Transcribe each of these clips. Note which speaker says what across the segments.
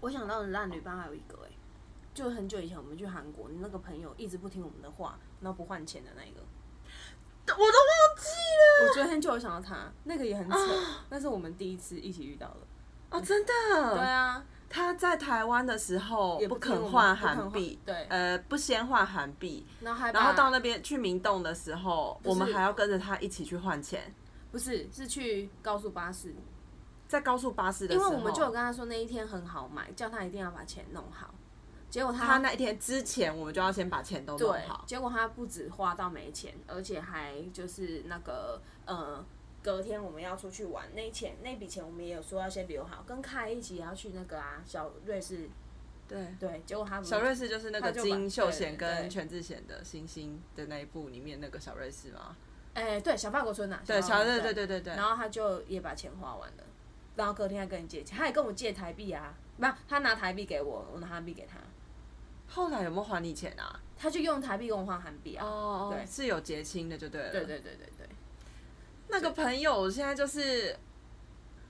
Speaker 1: 我想到的烂旅伴还有一个哎、就很久以前我们去韩国，你那个朋友一直不听我们的话，然后不换钱的那一个。
Speaker 2: 我都忘记了
Speaker 1: 我昨天就有想到他，那个也很扯，
Speaker 2: 啊
Speaker 1: 那是我们第一次一起遇到的。
Speaker 2: 哦，真的。
Speaker 1: 对啊，
Speaker 2: 他在台湾的时候
Speaker 1: 也不
Speaker 2: 哦不
Speaker 1: 听我
Speaker 2: 肯
Speaker 1: 们
Speaker 2: 换
Speaker 1: 不肯
Speaker 2: 韩
Speaker 1: 换
Speaker 2: 币，
Speaker 1: 对
Speaker 2: 呃，不先换韩币，
Speaker 1: 然后还把
Speaker 2: 然后到那边去明洞的时候，
Speaker 1: 不
Speaker 2: 我们
Speaker 1: 是
Speaker 2: 还要跟着他一起去换钱，
Speaker 1: 不是是去高速巴士，
Speaker 2: 在高速巴士的
Speaker 1: 因
Speaker 2: 时
Speaker 1: 为
Speaker 2: 候，
Speaker 1: 我们就有跟他说那一天很好买，叫他一定要把钱弄好。结果
Speaker 2: 他那一天之前，我们就要先把钱都弄
Speaker 1: 对
Speaker 2: 好，。
Speaker 1: 结果他不止花到没钱，而且还就是那个呃，隔天我们要出去玩，那钱那笔钱我们也有说要先留好，跟凯一起要去那个啊小瑞士，
Speaker 2: 对，
Speaker 1: 对，结果他
Speaker 2: 小瑞士就是那个
Speaker 1: 他就把
Speaker 2: 金秀
Speaker 1: 对对
Speaker 2: 贤跟全智贤的《星星》的那一部里面那个小瑞士吗？
Speaker 1: 哎、对小法国村呐、啊，
Speaker 2: 对，
Speaker 1: 法
Speaker 2: 小
Speaker 1: 国
Speaker 2: 瑞
Speaker 1: 村
Speaker 2: 对对对对，
Speaker 1: 然后他就也把钱花完了，然后隔天还跟你借钱，他也跟我借台币啊，没有，他拿台币给我，我拿韩币给他，
Speaker 2: 后来有没有还你钱啊？
Speaker 1: 他就用台币跟我换韩币啊，
Speaker 2: 哦
Speaker 1: 对
Speaker 2: 是有结清的就对了。
Speaker 1: 对，对对对对，
Speaker 2: 那个朋友我现在就是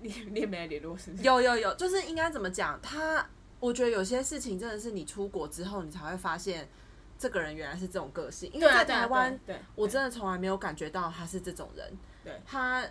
Speaker 1: 你你也没来联络是不是？
Speaker 2: 有有有，就是应该怎么讲？他，我觉得有些事情真的是你出国之后，你才会发现这个人原来是这种个性。因为
Speaker 1: 对啊
Speaker 2: 在
Speaker 1: 对啊
Speaker 2: 台湾，
Speaker 1: 对啊，对
Speaker 2: 我真的从来没有感觉到他是这种人。
Speaker 1: 对，
Speaker 2: 他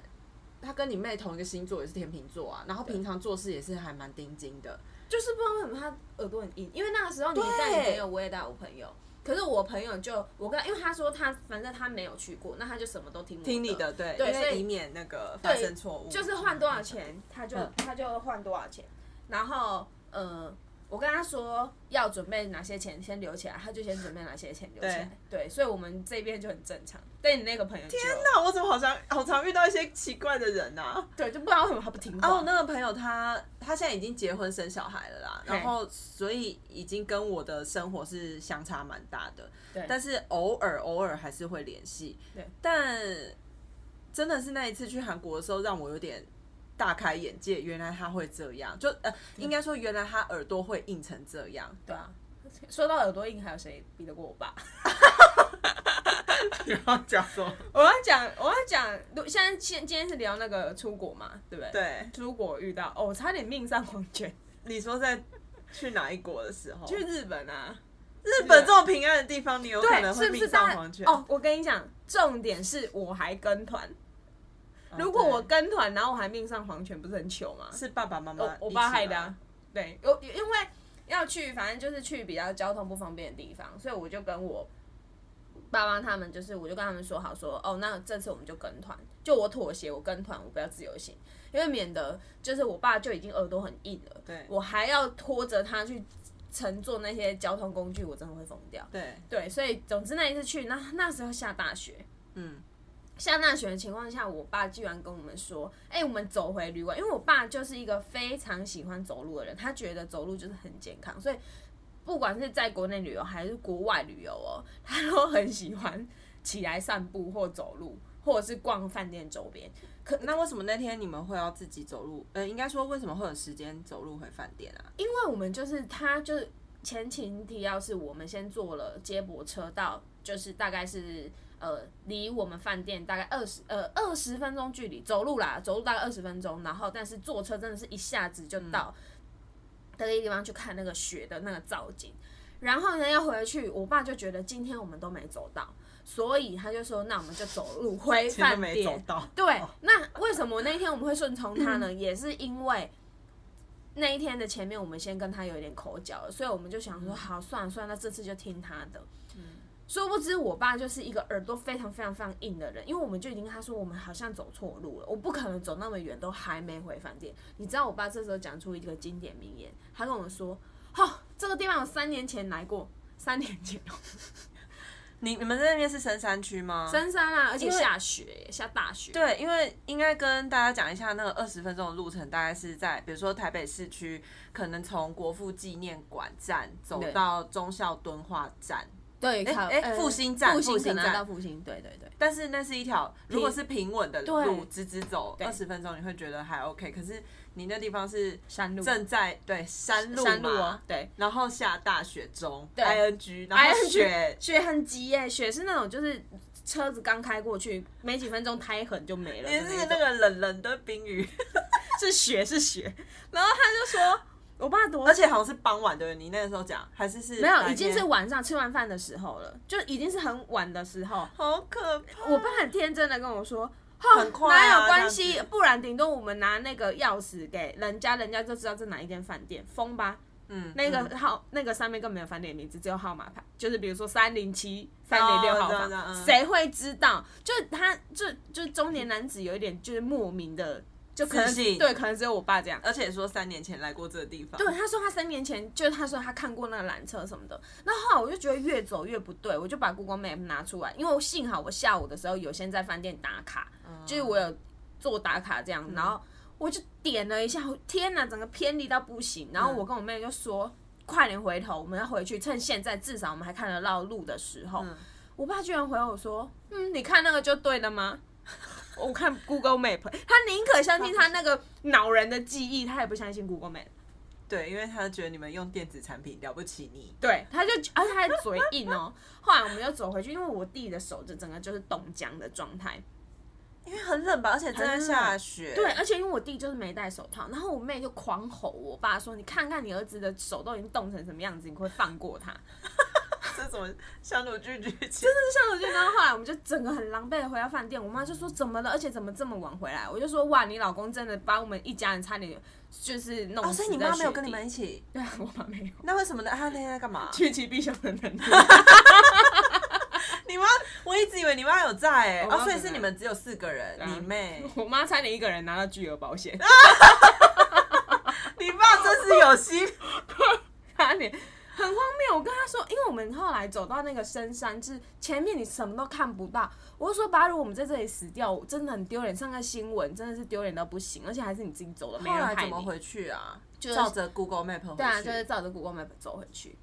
Speaker 2: 他跟你妹同一个星座，也是天秤座啊。然后平常做事也是还蛮钉钉的。
Speaker 1: 就是不知道为什么他耳朵很硬，因为那个时候你带你朋友，我也带我朋友。可是我朋友就我跟他，因为他说他反正他没有去过，那他就什么都听我
Speaker 2: 听你
Speaker 1: 的，
Speaker 2: 的，呃对，
Speaker 1: 对
Speaker 2: 因
Speaker 1: 所
Speaker 2: 为
Speaker 1: 以
Speaker 2: 以免那个发生错误。
Speaker 1: 就是换多少钱他就、他就换多少钱。然后呃，我跟他说要准备哪些钱先留起来，他就先准备哪些钱留起来。对，所以我们这边就很正常。但你那个朋友天
Speaker 2: 天哪，我怎么好像好常遇到一些奇怪的人啊？
Speaker 1: 对，就不知道为什么他不听话。
Speaker 2: 哦，那个朋友他他现在已经结婚生小孩了啦，然后所以已经跟我的生活是相差蛮大的，
Speaker 1: 对
Speaker 2: 但是偶尔偶尔还是会联系，
Speaker 1: 对，
Speaker 2: 但真的是那一次去韩国的时候，让我有点大开眼界，原来他会这样，就呃，应该说原来他耳朵会硬成这样，
Speaker 1: 对啊，说到耳朵硬，还有谁比得过我爸？
Speaker 2: 然后讲说，
Speaker 1: 我要讲，我要讲，如现在现今天是聊那个出国嘛，对不对？
Speaker 2: 对，哦
Speaker 1: 出国遇到哦，我差点命丧黄泉，
Speaker 2: 你说在去哪一国的时候，
Speaker 1: 去日本啊，
Speaker 2: 日本这种平安的地方，你有可能
Speaker 1: 对，
Speaker 2: 会
Speaker 1: 是不是
Speaker 2: 命
Speaker 1: 大
Speaker 2: 丧
Speaker 1: 家
Speaker 2: 黄泉？
Speaker 1: 哦，我跟你讲，重点是我还跟团，
Speaker 2: 啊，
Speaker 1: 如果我
Speaker 2: 对
Speaker 1: 跟团，然后我还命丧黄泉，不是很糗吗？
Speaker 2: 是爸爸妈妈
Speaker 1: 我，我
Speaker 2: 一
Speaker 1: 爸
Speaker 2: 起
Speaker 1: 害的、
Speaker 2: 吗
Speaker 1: 啊，对，有因为要去，反正就是去比较交通不方便的地方，所以我就跟我爸妈他们，就是我就跟他们说好说，哦，那这次我们就跟团，就我妥协，我跟团，我不要自由行，因为免得就是我爸就已经耳朵很硬了，
Speaker 2: 对
Speaker 1: 我还要拖着他去乘坐那些交通工具，我真的会疯掉。
Speaker 2: 对，
Speaker 1: 对，所以总之那一次去，那那时候下大雪，
Speaker 2: 嗯，
Speaker 1: 下大雪的情况下，我爸居然跟我们说：“哎、我们走回旅馆。”因为我爸就是一个非常喜欢走路的人，他觉得走路就是很健康，所以不管是在国内旅游还是国外旅游哦，他都很喜欢起来散步或走路，或者是逛饭店周边。可
Speaker 2: 那为什么那天你们会要自己走路？呃，应该说为什么会有时间走路回饭店啊？
Speaker 1: 因为我们就是他就是前情提要是我们先坐了接驳车到，就是大概是呃离我们饭店大概二十呃二十分钟距离，走路啦，走路大概二十分钟，然后但是坐车真的是一下子就到的一个地方去看那个雪的那个造景。然后呢，要回去，我爸就觉得今天我们都没走到，所以他就说，那我们就走路回
Speaker 2: 钱都
Speaker 1: 饭
Speaker 2: 没走
Speaker 1: 店。
Speaker 2: 到，
Speaker 1: 对，那为什么那一天我们会顺从他 呢？也是因为那一天的前面我们先跟他有一点口角了，所以我们就想说，好，算了算了，那这次就听他的。殊不知，我爸就是一个耳朵非常非常非常硬的人，因为我们就已经跟他说，我们好像走错路了，我不可能走那么远都还没回饭店。你知道，我爸这时候讲出一个经典名言，他跟我说：“哦，这个地方我三年前来过，三年 前哦
Speaker 2: 你你们那边是深山区吗？
Speaker 1: 深山啊，而且
Speaker 2: 因为
Speaker 1: 下雪，下大雪。”
Speaker 2: 对，因为应该跟大家讲一下，那个二十分钟的路程大概是在，比如说台北市区，可能从国父纪念馆站走
Speaker 1: 对
Speaker 2: 到忠孝敦化站，
Speaker 1: 对，靠
Speaker 2: 哎
Speaker 1: 呃
Speaker 2: 复兴站
Speaker 1: 复
Speaker 2: 复
Speaker 1: 兴可
Speaker 2: 兴
Speaker 1: 能
Speaker 2: 站
Speaker 1: 要到复兴，对对对，
Speaker 2: 但是那是一条如果是平稳的路，
Speaker 1: 对
Speaker 2: 直直走
Speaker 1: 对
Speaker 2: 二十分钟，你会觉得还 OK。可是你那地方是
Speaker 1: 山路
Speaker 2: 正在对山路
Speaker 1: 山路
Speaker 2: 嘛
Speaker 1: 哦，对。
Speaker 2: 然后下大雪中
Speaker 1: 对哎
Speaker 2: ，ing，然后雪
Speaker 1: 雪很急耶、雪是那种就是车子刚开过去没几分钟，胎痕就没了的
Speaker 2: 也
Speaker 1: 那种。
Speaker 2: 是那个冷冷的冰雨，
Speaker 1: 是血是血，然后他就说，我爸多
Speaker 2: 而且好像是傍晚对不对？你那个时候讲还是是
Speaker 1: 没
Speaker 2: 白
Speaker 1: 有，
Speaker 2: 天
Speaker 1: 哦已经是晚上吃完饭的时候了，就已经是很晚的时候。
Speaker 2: 好可怕。
Speaker 1: 我爸很天真的跟我说。
Speaker 2: 哦很
Speaker 1: 哦
Speaker 2: 快啊
Speaker 1: 哪有关
Speaker 2: 这
Speaker 1: 系？
Speaker 2: 样子
Speaker 1: 不然顶多我们拿那个钥匙给人家，人家就知道这哪一间饭店，疯吧？
Speaker 2: 嗯
Speaker 1: 那
Speaker 2: 嗯
Speaker 1: 个号、那个上面根本没有饭店名字，只有号码牌，就是比如说三零七、
Speaker 2: 哦
Speaker 1: 三零六号
Speaker 2: 知道知道嗯
Speaker 1: 房，谁、会知道？就他就就中年男子有一点就是莫名的，就可能
Speaker 2: 自信
Speaker 1: 对，可能只有我爸这样。
Speaker 2: 而且说三年前来过这个地方，
Speaker 1: 对，他说他三年前就是他说他看过那个缆车什么的，那后来我就觉得越走越不对，我就把 Google Map 拿出来，因为我幸好我下午的时候有先在饭店打卡，就是我有做打卡这样，然后我就点了一下，天哪，整个偏离到不行，然后我跟我妹就说。快点回头，我们要回去，趁现在至少我们还看得到路的时候。我爸居然回我说：“嗯，你看那个就对了吗？” 我看 Google Map，他宁可相信他那个恼人的记忆，他也不相信 Google Map。
Speaker 2: 对，因为他觉得你们用电子产品了不起你，
Speaker 1: 对，他就而且他还嘴硬哦。后来我们就走回去，因为我弟的手就整个就是冻僵的状态。
Speaker 2: 因为很冷吧，啊而且正在下雪，
Speaker 1: 对，，而且因为我弟就是没戴手套，然后我妹就狂吼我爸说：“你看看你儿子的手都已经冻成什么样子，你会放过他
Speaker 2: 这 怎么相处剧剧情？？”
Speaker 1: 上楼就然后后来我们就整个很狼狈的回到饭店，我妈就说：“怎么了？而且怎么这么晚回来？”我就说：“哇，你老公真的把我们一家人差点就是弄死、
Speaker 2: 哦，所以你妈没有跟你们？一起，
Speaker 1: 对，啊我妈没有。
Speaker 2: 那为什么呢？她那天在干嘛？
Speaker 1: 趋吉避凶的 能力，
Speaker 2: 你妈，我一直以为你妈有在哎、
Speaker 1: 我妈
Speaker 2: 哦，所以
Speaker 1: 没在
Speaker 2: 是你们只有四个人，
Speaker 1: 啊
Speaker 2: 你 妹，
Speaker 1: 我妈差点一个人拿到巨额保险。
Speaker 2: 你爸真是有心，
Speaker 1: 差点很荒谬。我跟他说，因为我们后来走到那个深山，就是前面你什么都看不到。我就说，爸，如果我们在这里死掉，我真的很丢脸，上个新闻真的是丢脸到不行，而且还是你自己走的，没
Speaker 2: 后
Speaker 1: 人
Speaker 2: 来
Speaker 1: 害
Speaker 2: 怎么
Speaker 1: 你。
Speaker 2: 回去啊？
Speaker 1: 就是
Speaker 2: 照着 Google Map 回去，嗯
Speaker 1: 对啊，就是照着 Google Map 走回去。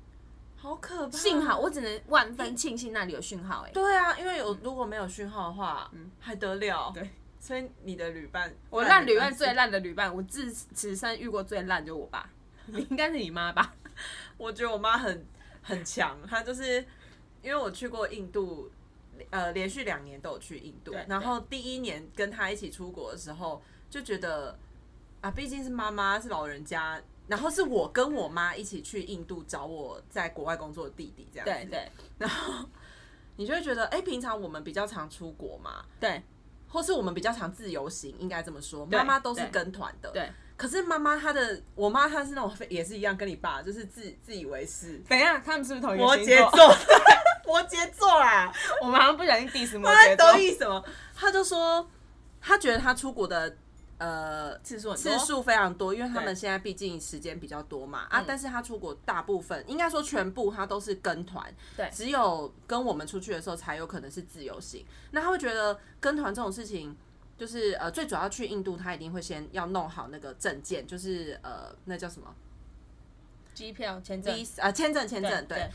Speaker 2: 好可怕，
Speaker 1: 幸好我只能万分庆幸那里有讯号、哎，
Speaker 2: 对啊，因为有如果没有讯号的话，还得了？
Speaker 1: 嗯对，
Speaker 2: 所以你的旅伴，
Speaker 1: 我烂旅伴最烂的旅伴，我自此生遇过最烂就是我爸，你应该是你妈吧？
Speaker 2: 我觉得我妈很很强，她就是因为我去过印度，呃，连续两年都有去印度
Speaker 1: 对，
Speaker 2: 然后第一年跟她一起出国的时候，就觉得啊，毕竟是妈妈是老人家，然后是我跟我妈一起去印度找我在国外工作的弟弟，这样子，
Speaker 1: 对对
Speaker 2: 你就会觉得，哎、平常我们比较常出国嘛，
Speaker 1: 对
Speaker 2: 或是我们比较常自由行，应该这么说，
Speaker 1: 对
Speaker 2: 妈妈都是
Speaker 1: 对
Speaker 2: 跟团的，
Speaker 1: 对。
Speaker 2: 可是妈妈她的，我妈她是那种非也是一样跟你爸，就是自自以为是，
Speaker 1: 等一下，他们是不是同一
Speaker 2: 摩
Speaker 1: 个星
Speaker 2: 羯
Speaker 1: 座？
Speaker 2: 座， 摩羯座啦，
Speaker 1: 我们好像不小心 diss 摩
Speaker 2: 他
Speaker 1: 羯座
Speaker 2: 得。意什么？他就说他觉得他出国的呃
Speaker 1: 次数很多
Speaker 2: 次数非常多，因为他们
Speaker 1: 对嗯
Speaker 2: 现在毕竟时间比较多嘛啊，但是他出国大部分应该说全部他都是跟团，
Speaker 1: 对
Speaker 2: 只有跟我们出去的时候才有可能是自由行。那他会觉得跟团这种事情。就是呃，最主要去印度，他一定会先要弄好那个证件，就是呃，那叫什么
Speaker 1: 机票、签证
Speaker 2: visa 啊，签证，签证，对，
Speaker 1: 对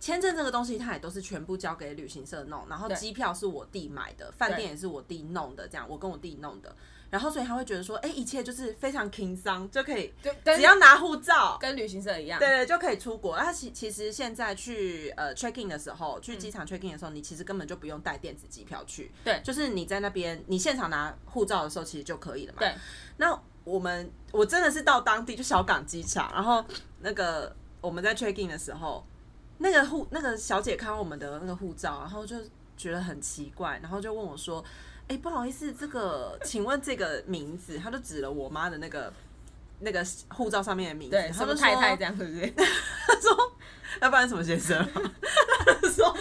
Speaker 2: 签证这个东西，它也都是全部交给旅行社弄，然后
Speaker 1: 对
Speaker 2: 机票是我弟买的，饭店也是我弟弄的，这样我跟我弟弄的，然后所以他会觉得说，哎、一切就是非常轻松就可以，
Speaker 1: 对，
Speaker 2: 只要拿护照，
Speaker 1: 跟旅行社一样，
Speaker 2: 对对，就可以出国。那其其实现在去呃 check in 的时候，去机场 check in 的时候，你其实根本就不用带电子机票去，
Speaker 1: 对
Speaker 2: 就是你在那边你现场拿护照的时候，其实就可以了嘛。
Speaker 1: 对，
Speaker 2: 那我们我真的是到当地就小港机场，然后那个我们在 check in 的时候，那个护那个小姐看到我们的那个护照，然后就觉得很奇怪，然后就问我说。哎、不好意思，这个，请问这个名字，她就指了我妈的那个那个护照上面的名字，
Speaker 1: 对，
Speaker 2: 她
Speaker 1: 什
Speaker 2: 就
Speaker 1: 么
Speaker 2: 说
Speaker 1: 太太这样是不是？
Speaker 2: 要不然什么先生？他 说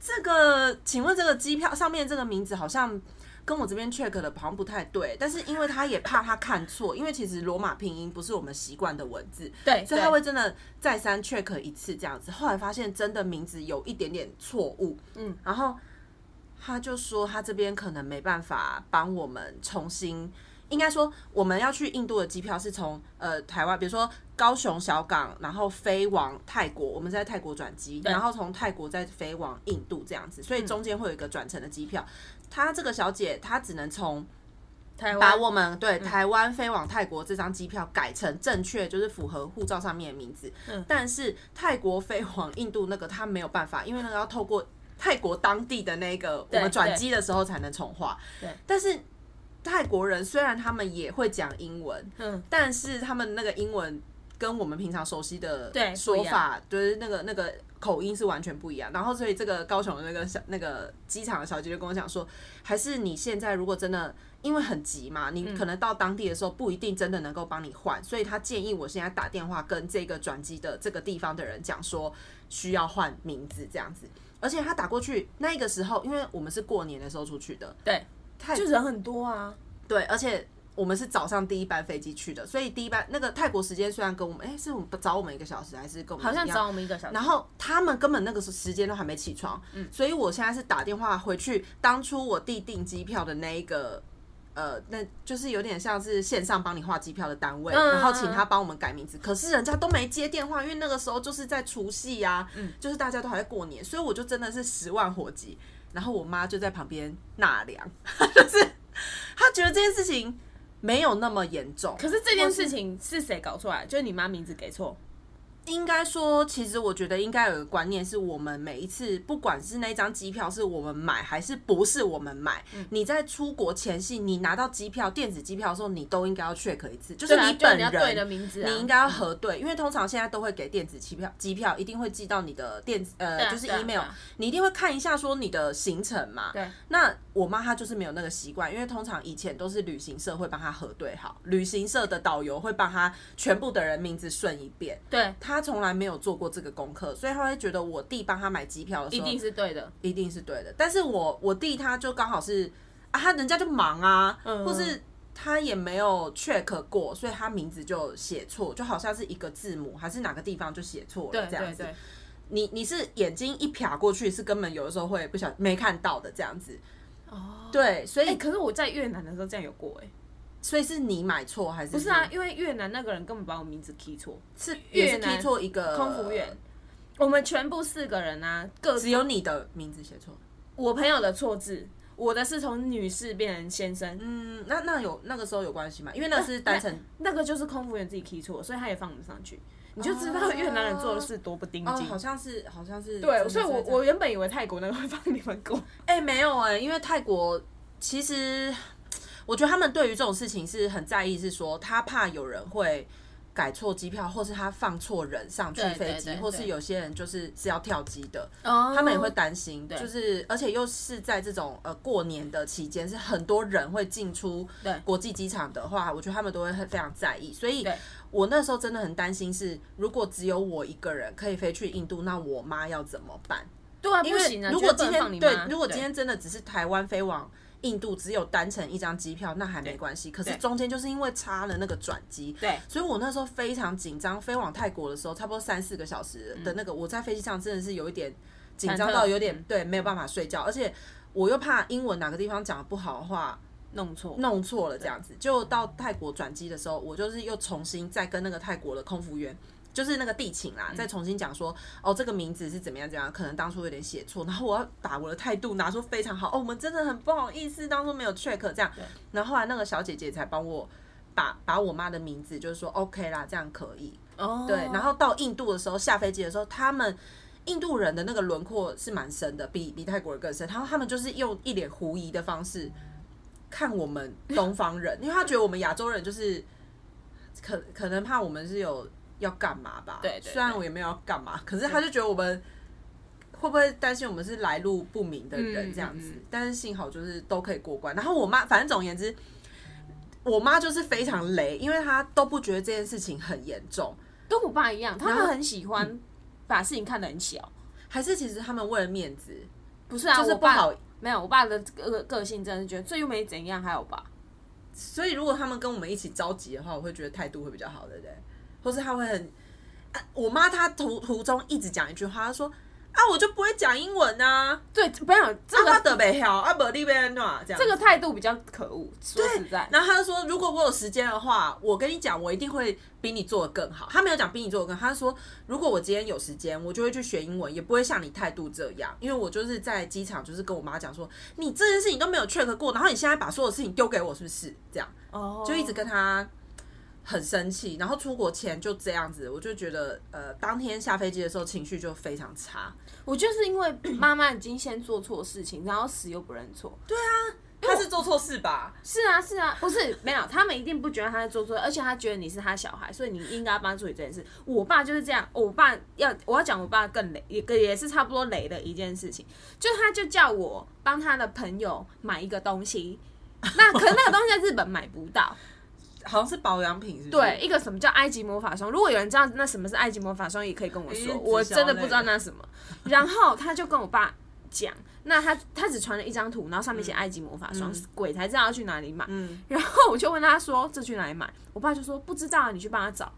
Speaker 2: 这个，请问这个机票上面这个名字好像跟我这边 check 的好像不太对，但是因为他也怕他看错，因为其实罗马拼音不是我们习惯的文字，
Speaker 1: 对，
Speaker 2: 所
Speaker 1: 对
Speaker 2: 以他会真的再三 check 一次这样子。后来发现真的名字有一点点错误，
Speaker 1: 嗯，
Speaker 2: 然后他就说他这边可能没办法帮我们重新。应该说，我们要去印度的机票是从呃台湾，比如说高雄小港，然后飞往泰国，我们是在泰国转机，
Speaker 1: 对嗯
Speaker 2: 然后从泰国再飞往印度这样子，所以中间会有一个转乘的机票。她这个小姐，她只能从
Speaker 1: 台
Speaker 2: 把
Speaker 1: 湾嗯
Speaker 2: 我们对台湾飞往泰国这张机票改成正确，就是符合护照
Speaker 1: 嗯
Speaker 2: 上面的名字。但是泰国飞往印度那个他没有办法，因为那个要透过。泰国当地的那个我
Speaker 1: 对
Speaker 2: 们转机的时候才能重话。
Speaker 1: 对，
Speaker 2: 但是泰国人虽然他们也会讲英文，
Speaker 1: 嗯，
Speaker 2: 但是他们那个英文跟我们平常熟悉的
Speaker 1: 对
Speaker 2: 说法，就是那个那个口音是完全不一样。然后，所以这个高雄的那个小那个机场的小姐就跟我讲说，还是你现在如果真的因为很急嘛，你可能到当地的时候不一定真的能够帮你换，所以她建议我现在打电话跟这个转机的这个地方的人讲说需要换名字这样子。而且他打过去那个时候，因为我们是过年的时候出去的，
Speaker 1: 对，就人很多啊，
Speaker 2: 对，而且我们是早上第一班飞机去的，所以第一班那个泰国时间虽然跟我们，哎、是我们早我们一个小时，还是跟我们
Speaker 1: 好像
Speaker 2: 一样
Speaker 1: 找我们一个小时。嗯
Speaker 2: 然后他们根本那个时时间都还没起床，所以我现在是打电话回去，当初我弟订机票的那一个，呃，那就是有点像是线上帮你画机票的单位，
Speaker 1: 嗯
Speaker 2: 然后请他帮我们改名字，可是人家都没接电话，因为那个时候就是在除夕啊，
Speaker 1: 嗯
Speaker 2: 就是大家都还在过年，所以我就真的是十万火急，然后我妈就在旁边纳凉， 就是她觉得这件事情没有那么严重，
Speaker 1: 可是这件事情是谁搞出来？就是你妈名字给错，
Speaker 2: 应该说，其实我觉得应该有个观念，是我们每一次，不管是那张机票是我们买还是不是我们买，
Speaker 1: 嗯
Speaker 2: 你在出国前夕，你拿到机票电子机票的时候，你都应该要 check 一次，就是
Speaker 1: 对啊
Speaker 2: 你本
Speaker 1: 就要对的
Speaker 2: 人。
Speaker 1: 名字啊，
Speaker 2: 你应该要核对，因为通常现在都会给电子机票，机票一定会寄到你的电子
Speaker 1: 对
Speaker 2: 呃，
Speaker 1: 啊
Speaker 2: 就是
Speaker 1: 对啊
Speaker 2: email，
Speaker 1: 对啊
Speaker 2: 你一定会看一下说你的行程嘛。
Speaker 1: 对。
Speaker 2: 那我妈她就是没有那个习惯，因为通常以前都是旅行社会帮她核对好，旅行社的导游会帮她全部的人名字顺一遍。
Speaker 1: 对，
Speaker 2: 他从来没有做过这个功课，所以他会觉得我弟帮他买机票的时
Speaker 1: 一
Speaker 2: 候
Speaker 1: 定是对的。
Speaker 2: 一定是对的。但是我我弟他就刚好是啊，他人家就忙啊，
Speaker 1: 嗯
Speaker 2: 或是他也没有 check 过，所以他名字就写错，就好像是一个字母还是哪个地方就写错
Speaker 1: 对
Speaker 2: 了这样
Speaker 1: 对
Speaker 2: 子。
Speaker 1: 对，
Speaker 2: 你你是眼睛一瞟过去，是根本有的时候会不小没看到的这样子。
Speaker 1: 哦，
Speaker 2: 对，所以、
Speaker 1: 哎，可是我在越南的时候这样有过哎，
Speaker 2: 所以是你买错还是
Speaker 1: 不是啊，？因为越南那个人根本把我名字 key 错，
Speaker 2: 是
Speaker 1: 越
Speaker 2: 也是
Speaker 1: 南
Speaker 2: key 错一个
Speaker 1: 空服员，。我们全部四个人啊，各
Speaker 2: 只有你的名字写错。
Speaker 1: 我朋友的错字，我的是从女士变成先生，
Speaker 2: 嗯，那那有那个时候有关系吗？因为那是单程
Speaker 1: 呃那个就是空服员自己 key 错，所以他也放我们上去。你就知道越南人做的事多不盯
Speaker 2: 哦，
Speaker 1: 紧。
Speaker 2: 好像是，好像是真的
Speaker 1: 嗯对，
Speaker 2: 是
Speaker 1: 所
Speaker 2: 这
Speaker 1: 以
Speaker 2: 样。
Speaker 1: 我我原本以为泰国那个会放你们过。
Speaker 2: 哎、没有哎、因为泰国其实我觉得他们对于这种事情是很在意，是说他怕有人会改错机票，或是他放错人上去
Speaker 1: 对
Speaker 2: 飞
Speaker 1: 对
Speaker 2: 机，
Speaker 1: 对
Speaker 2: 或
Speaker 1: 对
Speaker 2: 是有些人就是是要跳机的，
Speaker 1: 哦，
Speaker 2: 他们也会担心。就是而且又是在这种呃过年的期间，是很多人会进出
Speaker 1: 对
Speaker 2: 国际机场的话，我觉得他们都会很非常在意，所以
Speaker 1: 对。
Speaker 2: 我那时候真的很担心是，如果只有我一个人可以飞去印度，那我妈要怎么办？
Speaker 1: 对啊，
Speaker 2: 因
Speaker 1: 不行
Speaker 2: 为
Speaker 1: 啊！
Speaker 2: 如果
Speaker 1: 绝对
Speaker 2: 今
Speaker 1: 不能放
Speaker 2: 天
Speaker 1: 你
Speaker 2: 对
Speaker 1: 妈，
Speaker 2: 如果今天真的只是台湾飞往印度，只有单程一张机票，那还没关系。可是
Speaker 1: 对
Speaker 2: 中间就是因为差了那个转机，
Speaker 1: 对
Speaker 2: 所以我那时候非常紧张。飞往泰国的时候，差不多三四个小时的那个，我在飞机上真的是有一点紧张
Speaker 1: 嗯忐忑
Speaker 2: 到有点
Speaker 1: 嗯
Speaker 2: 对没有办法睡觉，而且我又怕英文哪个地方讲的不好的话，
Speaker 1: 弄错，
Speaker 2: 弄错了这样子。就到泰国转机的时候，我就是又重新再跟那个泰国的空服员，就是那个地勤啦，再重新讲说，哦，这个名字是怎么样怎么样，可能当初有点写错，然后我要把我的态度拿出非常好，哦，我们真的很不好意思，当初没有 check 这样。然后后来那个小姐姐才帮我。把把我妈的名字，就是说 OK 啦，这样可以。
Speaker 1: 哦，
Speaker 2: 对，然后到印度的时候，下飞机的时候，他们印度人的那个轮廓是蛮深的，比比泰国人更深。然后他们就是用一脸狐疑的方式看我们东方人，因为他觉得我们亚洲人就是可可能怕我们是有要干嘛吧。
Speaker 1: 对对
Speaker 2: 虽然我也没有要干嘛，可是他就觉得我们。会不会担心我们是来路不明的人
Speaker 1: 嗯
Speaker 2: 这样子？
Speaker 1: 嗯嗯
Speaker 2: 但是幸好就是都可以过关。然后我妈，反正总而言之，我妈就是非常雷，因为她都不觉得这件事情很严重。
Speaker 1: 跟我爸一样，他
Speaker 2: 然后
Speaker 1: 们很喜欢把事情看得很小。
Speaker 2: 还是其实他们为了面子，
Speaker 1: 不是啊，
Speaker 2: 就是
Speaker 1: 我
Speaker 2: 不
Speaker 1: 爸
Speaker 2: 好。
Speaker 1: 没有，我爸的个个性真的是觉得这又没怎样，还有吧？
Speaker 2: 所以如果他们跟我们一起着急的话，我会觉得态度会比较好，对不对？或是他会很，啊、我妈她途途中一直讲一句话，她说啊，我就不会讲英文啊，
Speaker 1: 对，没有这
Speaker 2: 啊、我
Speaker 1: 个
Speaker 2: 得北好啊，不利被安暖这样。
Speaker 1: 这个态度比较可恶。说实在，
Speaker 2: 然后她就说，如果我有时间的话，我跟你讲，我一定会比你做的更好。她没有讲比你做的更好，她说如果我今天有时间，我就会去学英文，也不会像你态度这样。因为我就是在机场，就是跟我妈讲说，你这件事情都没有 check 过，然后你现在把所有事情丢给我，是不是这样？
Speaker 1: 哦，
Speaker 2: 就一直跟他，很生气，然后出国前就这样子，我就觉得呃，当天下飞机的时候情绪就非常差。
Speaker 1: 我就是因为妈妈已经先做错事情，然后死又不认错。对，
Speaker 2: 他是做错事吧？
Speaker 1: 是啊，是啊，不是没有，他们一定不觉得他在做错，而且他觉得你是他小孩，所以你应该帮他处理这件事。我爸就是这样，我爸要我要讲哦我爸更雷，也也是差不多雷的一件事情，就他就叫我帮他的朋友买一个东西，那可是那个东西在日本买不到，
Speaker 2: 好像是保养品，是不是？
Speaker 1: 对，，一个什么叫埃及魔法霜？如果有人知道那什么是埃及魔法霜，也可以跟我
Speaker 2: 因
Speaker 1: 说，
Speaker 2: 为
Speaker 1: 我
Speaker 2: 直销
Speaker 1: 真的
Speaker 2: 类
Speaker 1: 不知道那什么。然后他就跟我爸讲，那他他只传了一张图，然后上面写埃及魔法霜，鬼才知道要去哪里买。
Speaker 2: 嗯，
Speaker 1: 然后我就问他说这去哪里买，我爸就说不知道啊，你去帮他找。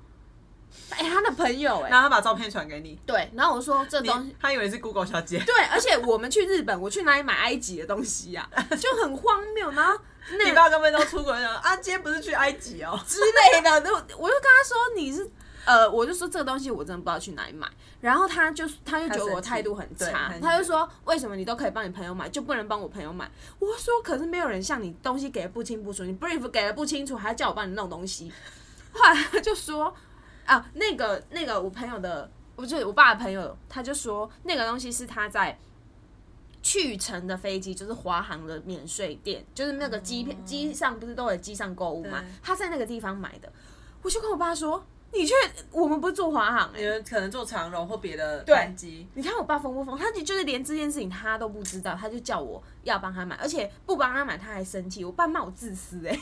Speaker 1: 哎、他的朋友哎、
Speaker 2: 然后他把照片传给你，
Speaker 1: 对，然后我说这东西
Speaker 2: 你他以为是 Google 小姐，
Speaker 1: 对，而且我们去日本，我去哪里买埃及的东西呀、就很荒谬。然后那
Speaker 2: 你爸跟妹都出国了，啊，今天不是去埃及 哦，
Speaker 1: 之类的。那我我就跟他说你是呃，我就说这个东西我真的不知道去哪里买。然后他就他就觉得我态度很
Speaker 2: 他生
Speaker 1: 差
Speaker 2: 气对，
Speaker 1: 他就说为什么你都可以帮你朋友买，就不能帮我朋友买？我说可是没有人像你东西给的不清不楚，你 brief 给的不清楚，还叫我帮你弄东西。后来他就说啊，那个那个我朋友的，我就是我爸的朋友，他就说那个东西是他在。去程的飞机就是华航的免税店，就是那个机票机上不是都有机上购物嘛
Speaker 2: 对？
Speaker 1: 他在那个地方买的，我就跟我爸说：“你去，我们不是坐华航哎、
Speaker 2: 你们可能坐长荣或别的班机，
Speaker 1: 你看我爸疯不疯？他就就是连这件事情他都不知道，他就叫我要帮他买，而且不帮他买他还生气。我爸骂我自私哎、